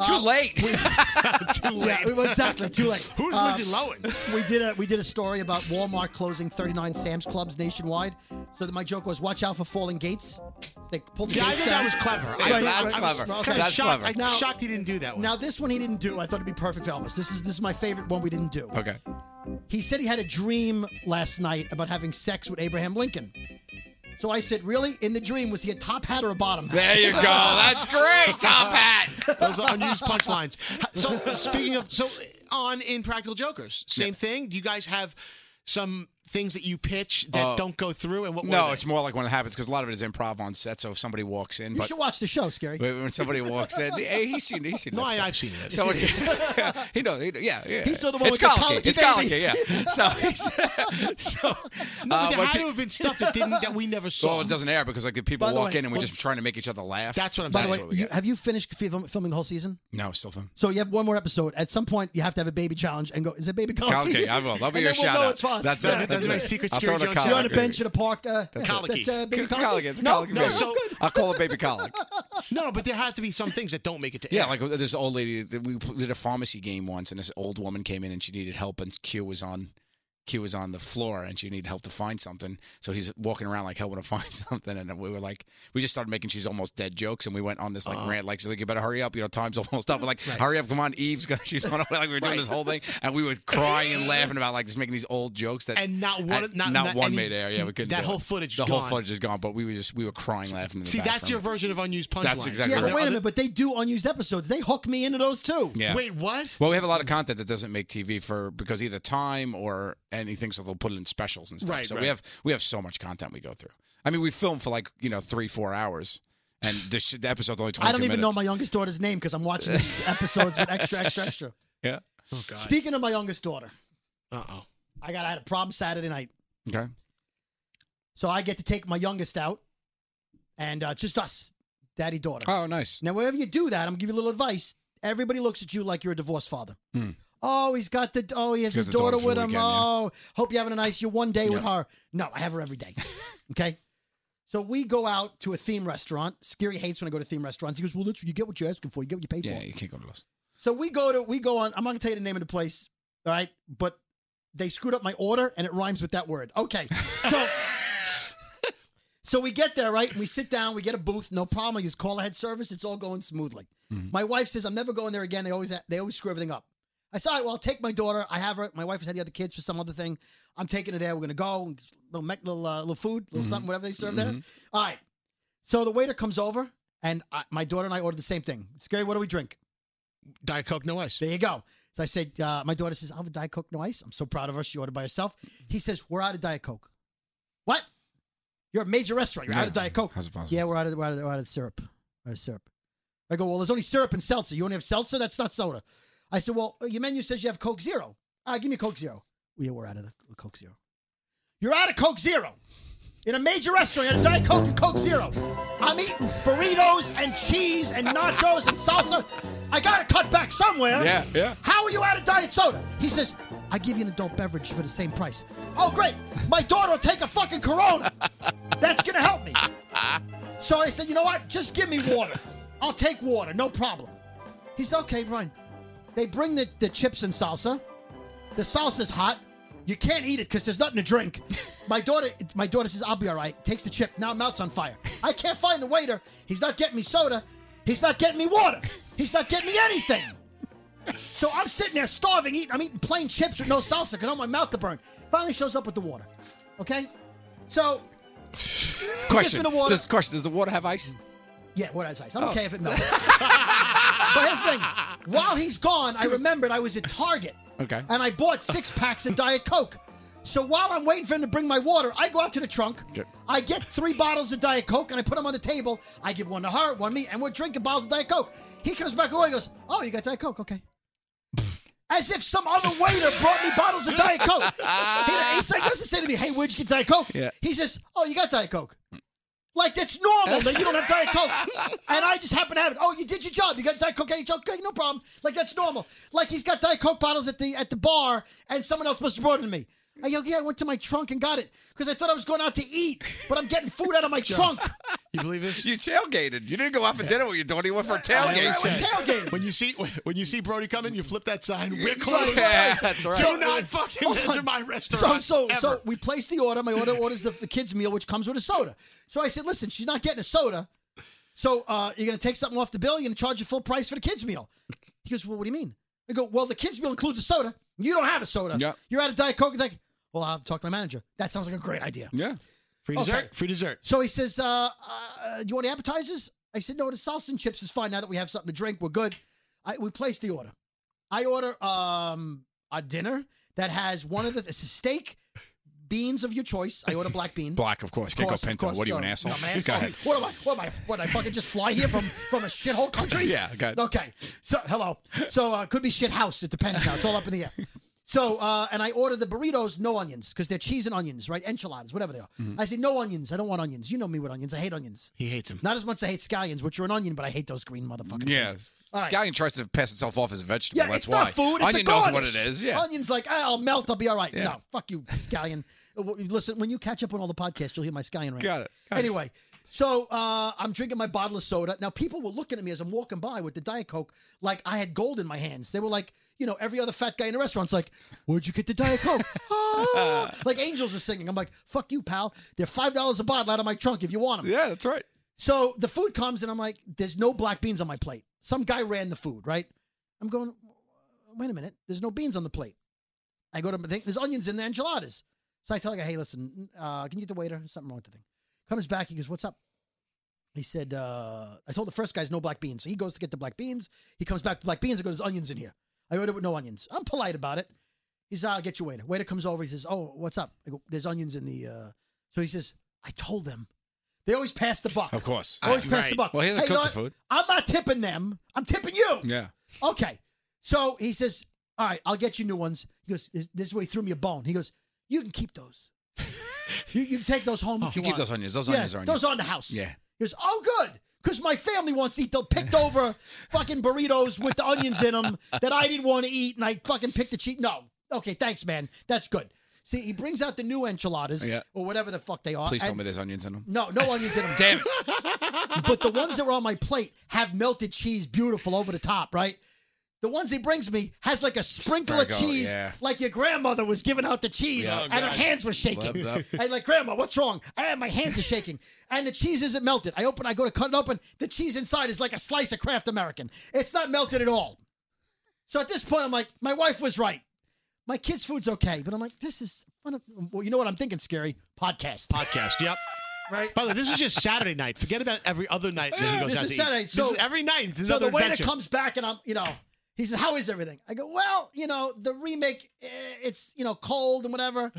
C: Too late.
A: Too late.
B: Yeah, well, exactly. Too late.
A: Who's
B: Uh,
A: Lindsay Lohan?
B: we did a we did a story about Walmart closing 39 Sam's Clubs nationwide. So that my joke was, watch out for falling gates. They pulled the
A: Yeah, I
B: gates
A: think
B: down.
A: that was clever. I
C: Yeah,
A: think-
C: that's
A: I was
C: clever.
A: kinda
B: That's
A: shocked.
C: clever.
A: I'm
B: Now-
A: shocked he didn't do that one.
B: Now this one he didn't do. I thought it'd be perfect for Elvis. This is this is my favorite one we didn't do.
C: Okay.
B: He said he had a dream last night about having sex with Abraham Lincoln. So I said, really? In the dream, was he a top hat or a bottom hat?
C: There you go. That's great. Top hat.
A: Those are unused punchlines. So speaking of, so on in Practical Jokers, same thing. Do you guys have some things that you pitch that
C: Oh.
A: don't go through? And what? were
C: No,
A: they?
C: it's more like when it happens because a lot of it is improv on set. So if somebody walks in,
B: You
C: but
B: should watch the show, Scary.
C: Wait, when somebody walks in, hey, he's seen, he's seen.
A: No,
C: that
A: I-
C: show.
A: I've seen it.
C: Somebody, he knows, he knows, yeah, yeah.
B: He saw the one
C: it's
B: with the
C: colicky.
B: colicky
C: It's colicky,
B: baby.
C: yeah. So, he's, so,
A: No,
C: uh,
A: but there
C: when
A: had
C: pe-
A: to have been stuff that didn't that we never saw.
C: well, it doesn't air because like if people
B: By the
C: walk
B: way,
C: in and we're
B: well-
C: just trying to make each other laugh.
A: That's what I'm
B: By the
A: saying.
B: way,
C: what we
B: you,
C: got.
B: have you finished film, filming the whole season?
C: no, still fun.
B: So you have one more episode. At some point, you have to have a baby challenge and go. Is it baby colicky?
C: Colicky, I will. That'll be
B: Oh, And then
C: your
B: we'll
C: shout
B: know
C: out.
B: It's us.
C: That's
A: Yeah,
C: it.
A: that's
C: That's
A: my
C: it.
A: secret
C: I'll throw
A: scary
C: in a
A: joke.
B: You're on a
C: colicky.
B: bench at a park. Uh,
A: Colicky.
B: is that, uh, baby
C: Colic-
B: colicky.
C: colic, it's a
B: no,
C: colic
B: no,
C: baby.
A: so-
C: I'll call it baby colic.
A: No, no, but there has to be some things that don't make it to.
C: Yeah,
A: air.
C: like uh, this old lady. that We pl- did a pharmacy game once, and this old woman came in and she needed help, and Q was on. Q was on the floor and she needed help to find something. So he's walking around like hell to find something. And we were like, we just started making she's almost dead jokes. And we went on this
A: Uh-huh.
C: like rant, like, she's like, you better hurry up. You know, time's almost up. We're like, hurry up. Come on. Eve's going to, she's on her way. Like, we were doing
A: Right.
C: this whole thing. And we were crying and laughing about like just making these old jokes that.
A: And not one-
C: and
A: not- not
C: one
A: any-
C: made air. Yeah, we couldn't.
A: that
C: do
A: whole
C: it.
A: footage
C: The whole
A: gone.
C: footage is gone. But we were just, we were crying laughing. In the
A: See,
C: back
A: that's
C: from
A: your
C: it.
A: version of unused punchlines.
C: That's exactly
B: Yeah,
A: Are
B: but
C: right.
A: there
B: wait a
A: other-
B: minute. But they do unused episodes. They hook me into those too.
C: Yeah.
A: Wait, what?
C: Well, we have a lot of content that doesn't make TV for because either time or anything, so they'll put it in specials and stuff.
A: Right,
C: so
A: right.
C: we have we have so much content we go through. I mean, we film for like you know three four hours, and the, sh- the episode's only twenty.
B: I don't even know my youngest daughter's name because I'm watching these episodes with extra, extra, extra.
C: yeah.
A: Oh God.
B: Speaking of my youngest daughter,
A: uh oh.
B: I got I had a problem Saturday night.
C: Okay.
B: So I get to take my youngest out, and uh, just us, daddy daughter.
C: Oh, nice.
B: Now, whenever you do that, I'm gonna give you a little advice. Everybody looks at you like you're a divorced father.
C: Hmm.
B: Oh, he's got the oh, he has
C: He
B: his
C: has the daughter
B: daughter,
C: for
B: with
C: the
B: him.
C: weekend, yeah.
B: Oh, hope you're having a nice your one day with
C: Yeah.
B: her. No, I have her every day. okay. So we go out to a theme restaurant. Scary hates when I go to theme restaurants. He goes, Well, that's you get what you're asking for, you get what you paid
C: Yeah,
B: for.
C: you can't go to those.
B: So we go to we go on. I'm not gonna tell you the name of the place, all right? But they screwed up my order and it rhymes with that word. Okay, so so we get there, right? And we sit down, we get a booth, no problem. I use call ahead service. It's all going smoothly. My wife says I'm never going there again. They always they always screw everything up. I said, all right, well, I'll take my daughter. I have her. My wife has had the other kids for some other thing. I'm taking her there. We're gonna go little mec- little uh, little food, little something, whatever they serve there. All right. So the waiter comes over, and I, my daughter and I order the same thing. Scary. What do we drink?
A: Diet Coke, no ice.
B: There you go. So I said, uh, my daughter says, I'll have a Diet Coke, no ice. I'm so proud of her. She ordered by herself. He says, We're out of Diet Coke. What? You're a major restaurant. You're out of
C: Yeah.
B: Diet Coke.
C: How's it possible?
B: Yeah, we're out of, we're, out of, we're out of syrup. Out of syrup. I go, Well, there's only syrup and seltzer. You only have seltzer? That's not soda. I said, Well, your menu says you have Coke Zero. Ah, give me Coke Zero. Well, yeah, we're out of the Coke Zero. You're out of Coke Zero. In a major restaurant, you had a Diet Coke and Coke Zero. I'm eating burritos and cheese and nachos and salsa. I gotta cut back somewhere.
C: Yeah, yeah.
B: How are you out of diet soda? He says, I give you an adult beverage for the same price. Oh, great. My daughter will take a fucking Corona. That's gonna help me. So I said, you know what? Just give me water. I'll take water, no problem. He said, okay, fine. They bring the, the chips and salsa. The salsa's hot. You can't eat it because there's nothing to drink. My daughter, my daughter says, "I'll be all right." Takes the chip. Now mouth's on fire. I can't find the waiter. He's not getting me soda. He He's not getting me water. He's not getting me anything. So I'm sitting there starving, eating. I'm eating plain chips with no salsa because I want my mouth to burn. Finally shows up with the water. Okay? So,
C: Question.
B: me the water.
C: Does, question. Does the water have ice?
B: yeah, what is ice? I'm
C: Oh.
B: okay if it melts. but here's the thing. While he's gone, I remembered I was at Target.
C: Okay.
B: And I bought six packs of Diet Coke. So while I'm waiting for him to bring my water, I go out to the trunk.
C: Okay.
B: I get three bottles of Diet Coke and I put them on the table. I give one to her, one me, and we're drinking bottles of Diet Coke. He comes back away and goes, Oh, you got Diet Coke? Okay. As if some other waiter brought me bottles of Diet Coke. he, he's like, doesn't say to me, Hey, where'd you get Diet Coke?
C: Yeah.
B: He says, Oh, you got Diet Coke. Like that's normal that you don't have Diet Coke, and I just happen to have it. Oh, you did your job. You got Diet Coke. Any joke? Okay, no problem. Like that's normal. Like he's got Diet Coke bottles at the at the bar, and someone else must have brought it to me. I go, yeah, I went to my trunk and got it because I thought I was going out to eat, but I'm getting food out of my trunk.
A: You believe this?
C: You tailgated. You didn't go out for dinner with your daughter. You went for a
B: I
C: tailgate.
B: went tailgating.
A: When you see when you see Brody coming, you flip that sign. We're closed.
C: yeah, that's right.
A: Do not fucking
B: Hold
A: enter
B: on.
A: my restaurant.
B: So so
A: ever.
B: so we place the order. My order orders the, the kids' meal, which comes with a soda. So I said, listen, she's not getting a soda. So uh, you're gonna take something off the bill. You're gonna charge your full price for the kids' meal. He goes, well, what do you mean? I go, well, the kids' meal includes a soda. You don't have a soda.
C: Yep.
B: You're out of diet coke. It's like, well, I'll have to talk to my manager. That sounds like a great idea.
C: Yeah.
A: free
B: okay.
A: dessert. Free dessert.
B: So he says, uh, uh, "Do you want appetizers?" I said, "No, the salsa and chips is fine. Now that we have something to drink, we're good." I, we place the order. I order um, a dinner that has one of the it's a steak, beans of your choice. I order black bean.
C: Black, of course.
B: Of
C: Can't
B: course, of
C: go pinto.
B: course,
C: what are you,
B: no,
C: an asshole?
B: no, I'm an asshole.
C: Go ahead.
B: What am I? What am I? What I fucking just fly here from from a shithole country?
C: Yeah, go ahead.
B: Okay. So hello. So uh, could be shit house. It depends now. It's all up in the air. So uh, and I ordered the burritos, no onions, because they're cheese and onions, right? Enchiladas, whatever they are.
C: Mm-hmm.
B: I say no onions. I don't want onions. You know me with onions. I hate onions.
A: He hates him.
B: Not as much as I hate scallions, which are an onion, but I hate those green motherfuckers.
C: Yes.
B: All right.
C: Scallion tries to pass itself off as a vegetable.
B: Yeah, it's
C: That's why.
B: not food. It's
C: Onion
B: a
C: knows
B: garnish.
C: what it is. Yeah.
B: Onion's like, "Ah, I'll melt. I'll be all right.
C: Yeah.
B: No, fuck you, scallion. Uh, well, Listen, when you catch up on all the podcasts, you'll hear my scallion rant.
C: Got it. Got it.
B: anyway, so uh, I'm drinking my bottle of soda. Now, people were looking at me as I'm walking by with the Diet Coke like I had gold in my hands. They were like, you know, every other fat guy in the restaurant's like, where'd you get the Diet Coke? Ah. Like angels are singing. I'm like, fuck you, pal. They're $5 a bottle out of my trunk if you want them.
C: Yeah, that's right.
B: So the food comes and I'm like, there's no black beans on my plate. Some guy ran the food, right? I'm going, wait a minute, there's no beans on the plate. I go to think there's onions in the enchiladas. So I tell the guy, hey, listen, uh, can you get the waiter? Something wrong with the thing. Comes back, he goes, what's up? He said, uh, I told the first guy's no black beans. So he goes to get the black beans. He comes back with black beans. I go, there's onions in here. I order with no onions. I'm polite about it. He says, I'll get you waiter. Waiter comes over. He says, oh, what's up? I go, there's onions in the, uh, so he says, I told them. They always pass the buck.
C: Of course.
B: Always
A: Right,
B: pass the
A: right.
B: buck.
C: Well, he
B: Hey,
C: doesn't
B: you
C: cook
B: know
C: the
B: what?
C: food.
B: I'm not tipping them. I'm tipping you.
C: Yeah.
B: Okay. So he says, All right, I'll get you new ones. He goes, This, this is where he threw me a bone. He goes, You can keep those. you, you can take those home if you,
C: Oh, You keep
B: want.
C: those onions. Those
B: yeah,
C: onions are on
B: Those
C: you.
B: are in the house.
C: Yeah.
B: He goes, Oh, good. Because my family wants to eat the picked over fucking burritos with the onions in them that I didn't want to eat. And I fucking picked the cheat. No. Okay, thanks, man. That's good. See, he brings out the new enchiladas
C: Yeah.
B: or whatever the fuck they are.
C: Please tell
B: and-
C: me there's onions in them.
B: No, no onions in them.
C: Damn it.
B: but the ones that were on my plate have melted cheese, beautiful over the top, right? The ones he brings me has like a sprinkle of
C: Sprinkle,
B: cheese,
C: yeah.
B: like your grandmother was giving out the cheese,
C: Yeah. Oh,
B: and her hands were shaking.
C: Blub, blub.
B: And like, Grandma, what's wrong? Ah, my hands are shaking, and the cheese isn't melted. I open, I go to cut it open. The cheese inside is like a slice of Kraft American. It's not melted at all. So at this point, I'm like, my wife was right. My kids' food's okay, but I'm like, this is. Well, you know what I'm thinking, Scary podcast.
A: Podcast. Yep. Right. By the way, this is just Saturday night. Forget about every other night that he goes
B: This
A: out
B: is
A: to eat.
B: Saturday,
A: This
B: so-
A: is every night. It's
B: So
A: another
B: the waiter
A: adventure.
B: comes back and I'm, you know, he says, "How is everything?" I go, "Well, you know, the remake, eh, it's you know cold and whatever."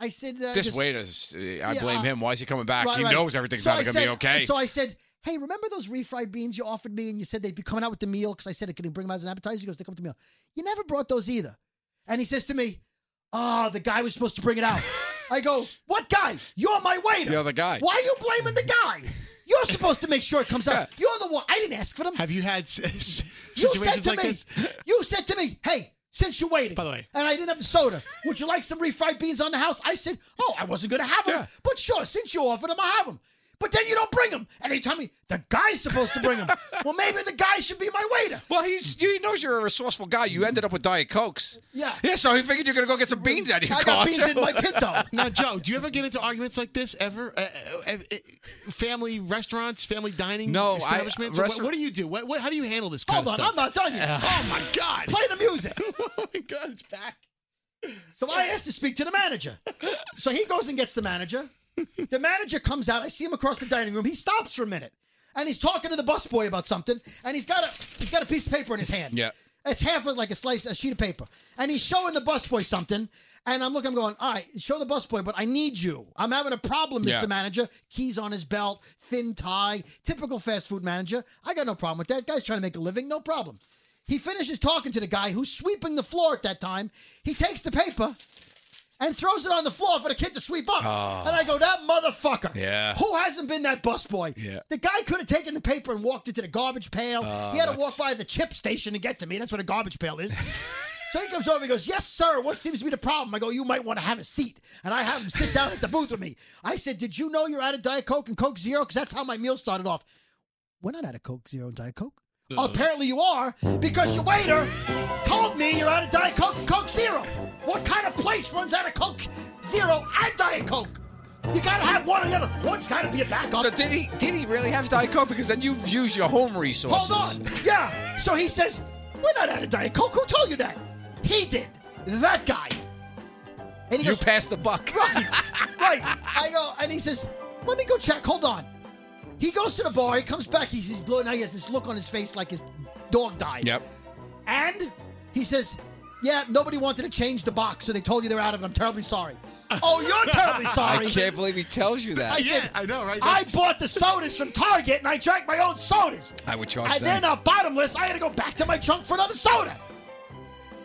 B: I said, uh,
C: Uh-huh. This
B: just-
C: waiter's, uh, I
B: Yeah,
C: blame
B: uh,
C: him. Why is he coming back?
B: right,
C: he
B: right.
C: knows everything's
B: So
C: not
B: I
C: going to be
B: said-
C: okay.
B: So I said, "Hey, remember those refried beans you offered me?" And you said they'd be coming out with the meal because I said I could bring them out as an appetizer. He goes, "They come to meal. You never brought those either." And he says to me, "Oh, the guy was supposed to bring it out." I go, "What guy? You're my waiter.
C: You're the guy.
B: Why are you blaming the guy?" You're supposed to make sure it comes out. You're the one. I didn't ask for them.
A: Have you had s- s-
B: You said
A: situations
B: to
A: like
B: me,
A: this?
B: you said to me, hey, since you're waiting,
A: By the way.
B: and I didn't have the soda, would you like some refried beans on the house? I said, oh, I wasn't going to have them,
C: Yeah.
B: but sure, since you offered them, I'll have them. But then you don't bring them, and they tell me the guy's supposed to bring them. well, maybe the guy should be my waiter.
C: well, he's, he knows you're a resourceful guy. You ended up with Diet Cokes.
B: Yeah.
C: Yeah, so he figured you're going to go get some beans out of your
B: I
C: car.
B: got beans
C: too.
B: in my pinto.
A: Now, Joe, do you ever get into arguments like this ever? Uh, uh, uh, family restaurants, family dining
C: No, I-
A: establishments?
C: restaur-
A: what, what do you do? What, what, how do you handle this kind
B: uh, Hold on,
A: of
B: I'm
A: stuff?
B: not done yet.
A: oh my god!
B: Play the music.
A: oh my god, it's back.
B: So I asked to speak to the manager. So he goes and gets the manager. The manager comes out. I see him across the dining room. He stops for a minute, and he's talking to the busboy about something. And he's got a he's got a piece of paper in his hand.
C: Yeah.
B: it's half of like a slice, a sheet of paper. And he's showing the busboy something. And I'm looking. I'm going. All right, show the busboy, but I need you. I'm having a problem, Mr.
C: Yeah.
B: Manager. Keys on his belt, thin tie, typical fast food manager. I got no problem with that. Guy's trying to make a living, no problem. He finishes talking to the guy who's sweeping the floor at that time. He takes the paper and throws it on the floor for the kid to sweep up. And I go, that motherfucker.
C: Ah. Yeah.
B: Who hasn't been that busboy?
C: Yeah. Ah,
B: The guy could have taken the paper and walked into the garbage pail. he had to walk
C: that's-
B: by the chip station to get to me. That's what a garbage pail is. so he comes over and goes, Yes, sir. What seems to be the problem? I go, You might want to have a seat. And I have him sit down at the booth with me. I said, Did you know you're out of Diet Coke and Coke Zero? Because that's how my meal started off. We're not out of Coke Zero and Diet Coke. Oh, apparently you are, because your waiter told me you're out of Diet Coke and Coke Zero. What kind of place runs out of Coke Zero and Diet Coke? You gotta have one or the other. One's gotta be a backup.
C: So did he? Did he really have Diet Coke? Because then you've used your home resources.
B: Hold on. Yeah. So he says, We're not out of Diet Coke. Who told you that? He did. That guy. And he
C: You
B: goes,
C: passed the buck.
B: Right. Right. I go, and he says, Let me go check. Hold on. He goes to the bar. He comes back. He's, he's now he has this look on his face like his dog died.
C: Yep.
B: And he says, Yeah, nobody wanted to change the box, so they told you they're out of it. I'm terribly sorry. oh, you're terribly sorry.
C: I can't believe he tells you that.
B: I
A: Yeah,
B: said,
A: I know, right?
B: I
A: That's-
B: bought the sodas from Target and I drank my own sodas.
C: I would charge
B: And they're
C: them.
B: not bottomless. I had to go back to my trunk for another soda.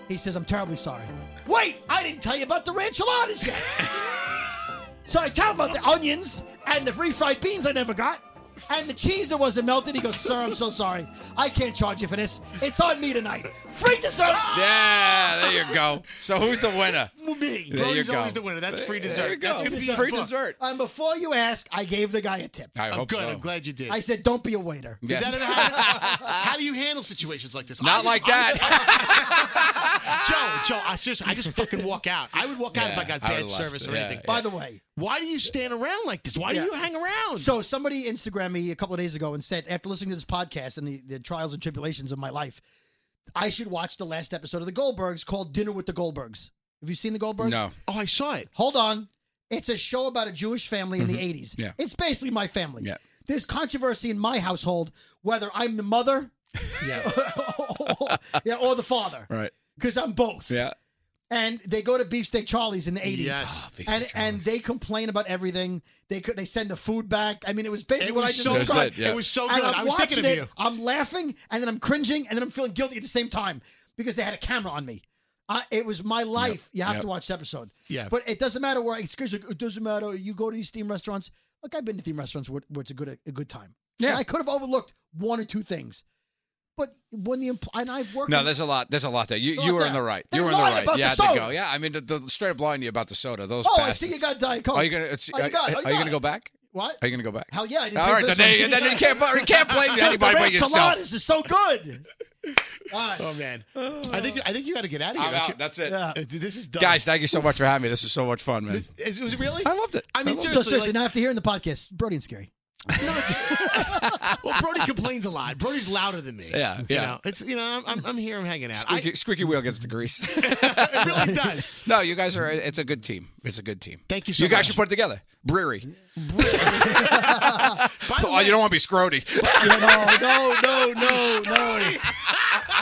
B: He says, I'm terribly sorry. Wait, I didn't tell you about the rancholadas yet. so I tell him about the onions and the refried beans I never got and the cheese that wasn't melted. He goes, Sir, I'm so sorry. I can't charge you for this. It's on me tonight. Free dessert.
C: Yeah, there you go. So who's the winner?
B: Me.
C: There you
A: Brody's
C: go.
A: always the winner. That's free
C: There
A: dessert.
C: you go.
A: That's gonna be his
C: free
A: book.
C: dessert.
B: And before you ask, I gave the guy a tip.
C: I
A: I'm
C: hope
A: good.
C: so.
A: I'm glad you did.
B: I said, Don't be a waiter.
A: That-
C: Yes.
A: how, how do you handle situations like this? I
C: Not
A: just-
C: like
A: I-
C: that.
A: Joe, Joe, I seriously, I just fucking walk out. I would walk out if I
C: Yeah,
A: got
C: I
A: bad
C: would've left
A: service
C: it.
A: or
C: Yeah,
A: anything.
B: By the way,
A: Why do you stand around like this? Why
B: Yeah.
A: do you hang around?
B: So somebody Instagrammed me a couple of days ago and said, after listening to this podcast and the, the trials and tribulations of my life, I should watch the last episode of the Goldbergs called Dinner with the Goldbergs. Have you seen the Goldbergs?
C: No.
A: oh, I saw it.
B: Hold on. It's a show about a Jewish family in the 80s.
C: Mm-hmm. Yeah.
B: It's basically my family.
C: Yeah.
B: There's controversy in my household whether I'm the mother yeah, or the father.
C: Right.
B: Because I'm both.
C: Yeah.
B: And they go to Beefsteak Charlie's in the 80s.
A: Yes.
C: Ah, Beefsteak
B: and
C: Charlie's.
B: and they complain about everything. They could they send the food back. I mean, it was basically
A: It
B: what I
A: was
B: just
A: so
C: That's
B: described.
A: good.
C: it, yeah.
A: It was so
B: And
A: good.
B: I'm
A: I was
B: watching
A: thinking of
B: it.
A: you.
B: I'm laughing, and then I'm cringing, and then I'm feeling guilty at the same time because they had a camera on me. I, it was my life. You have
C: Yep.
B: to watch this episode.
A: Yeah.
B: But it doesn't matter where. Excuse me. It doesn't matter. You go to these theme restaurants. Look, I've been to theme restaurants where, where it's a good a good time.
C: Yeah.
B: And I could have overlooked one or two things, but when the empl- and I've worked.
C: No,
B: in-
C: there's a lot. There's a lot there. You,
B: There's a
C: you
B: lot
C: were in the
B: there.
C: right.
B: They
C: you were in the
B: lied
C: right.
B: about
C: you
B: the
C: had to go.
B: soda.
C: Yeah, I mean, the, the straight up lying to you about the soda. Those.
B: Oh, I
C: bastards.
B: see you got Diet Coke.
C: Are you gonna? It's,
B: Oh, you got it. Oh, you
C: are you
B: got
C: gonna
B: it.
C: go back?
B: what?
C: Are you gonna go back?
B: Hell yeah! I didn't
C: All
B: pay
C: right,
B: for
C: then,
B: this
C: they,
B: one.
C: then you can't you can't blame
B: Dude,
C: anybody
B: the
C: but yourself.
B: enchiladas is so good. All right.
A: Oh man, I think I think you got to get out of here.
C: I'm out. That's it,
B: Yeah.
A: Uh, This is done.
C: guys. Thank you so much for having me. This was so much fun, man.
A: This- is, was it really?
C: I loved it.
A: I mean,
C: I loved it.
B: So
A: seriously,
B: seriously,
A: like-
B: now I have to hear in the podcast, Brody and Scary.
A: No, it's- well, Brody complains a lot. Brody's louder than me.
C: Yeah,
A: You
C: yeah.
A: know, it's you know I'm, I'm, I'm here. I'm hanging out. I,
C: squeaky, squeaky wheel gets the grease.
A: it really does.
C: no, you guys are. It's a good team. It's a good team.
A: Thank you so
C: You guys
A: much.
C: should put it together. Brewery.
A: By the
C: Oh,
A: way,
C: you don't want to be scrody.
B: no, no, no, no, no.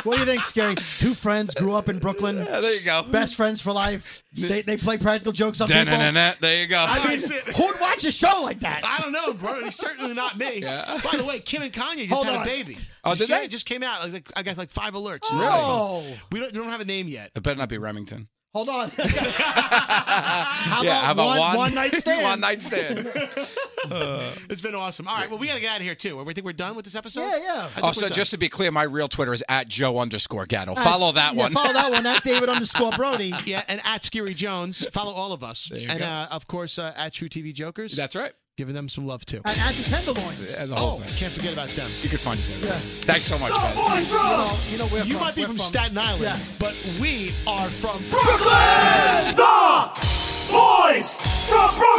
B: What do you think, Scary? Two friends grew up in Brooklyn.
C: there you go.
B: Best friends for life. They, they play practical jokes on people.
C: Da-na-na-na. There you go.
B: I mean, who'd watch a show like that?
A: I don't know, Brody. Certainly not me.
C: Yeah.
A: By the way, Kim and Kanye just
B: Hold
A: had
B: on.
A: a baby.
C: Oh,
A: You
C: did
A: see
C: they?
A: it? just came out. I was like- I got like five alerts.
B: Oh,
A: We don't, we don't have a name yet.
C: it better not be Remington.
B: hold on. how
C: yeah, how about
B: one,
C: one,
B: one night stand?
C: one night stand.
A: It's been awesome. All right, well, we got to get out of here too. We think we're done with this episode.
B: Yeah, yeah.
A: I think
C: Also,
A: we're done.
C: just to be clear, my real Twitter is at Joe underscore Gatto. Follow that
B: Yeah,
C: one.
B: Follow that one at David underscore Brody.
A: yeah, and at Scary Jones, follow all of us,
C: you
A: and
C: go.
A: Uh, of course uh, at True TV Jokers,
C: That's right.
A: giving them some love too.
B: And at the Tenderloins.
C: Yeah, the
A: oh,
C: whole thing.
A: can't forget about them.
C: You could find us everywhere. Thanks so much, guys.
B: You know, you know where
A: You
B: from,
A: might be
B: we're
A: from, Staten Island,
B: Yeah.
A: but we are from
E: Brooklyn! The boys from Brooklyn!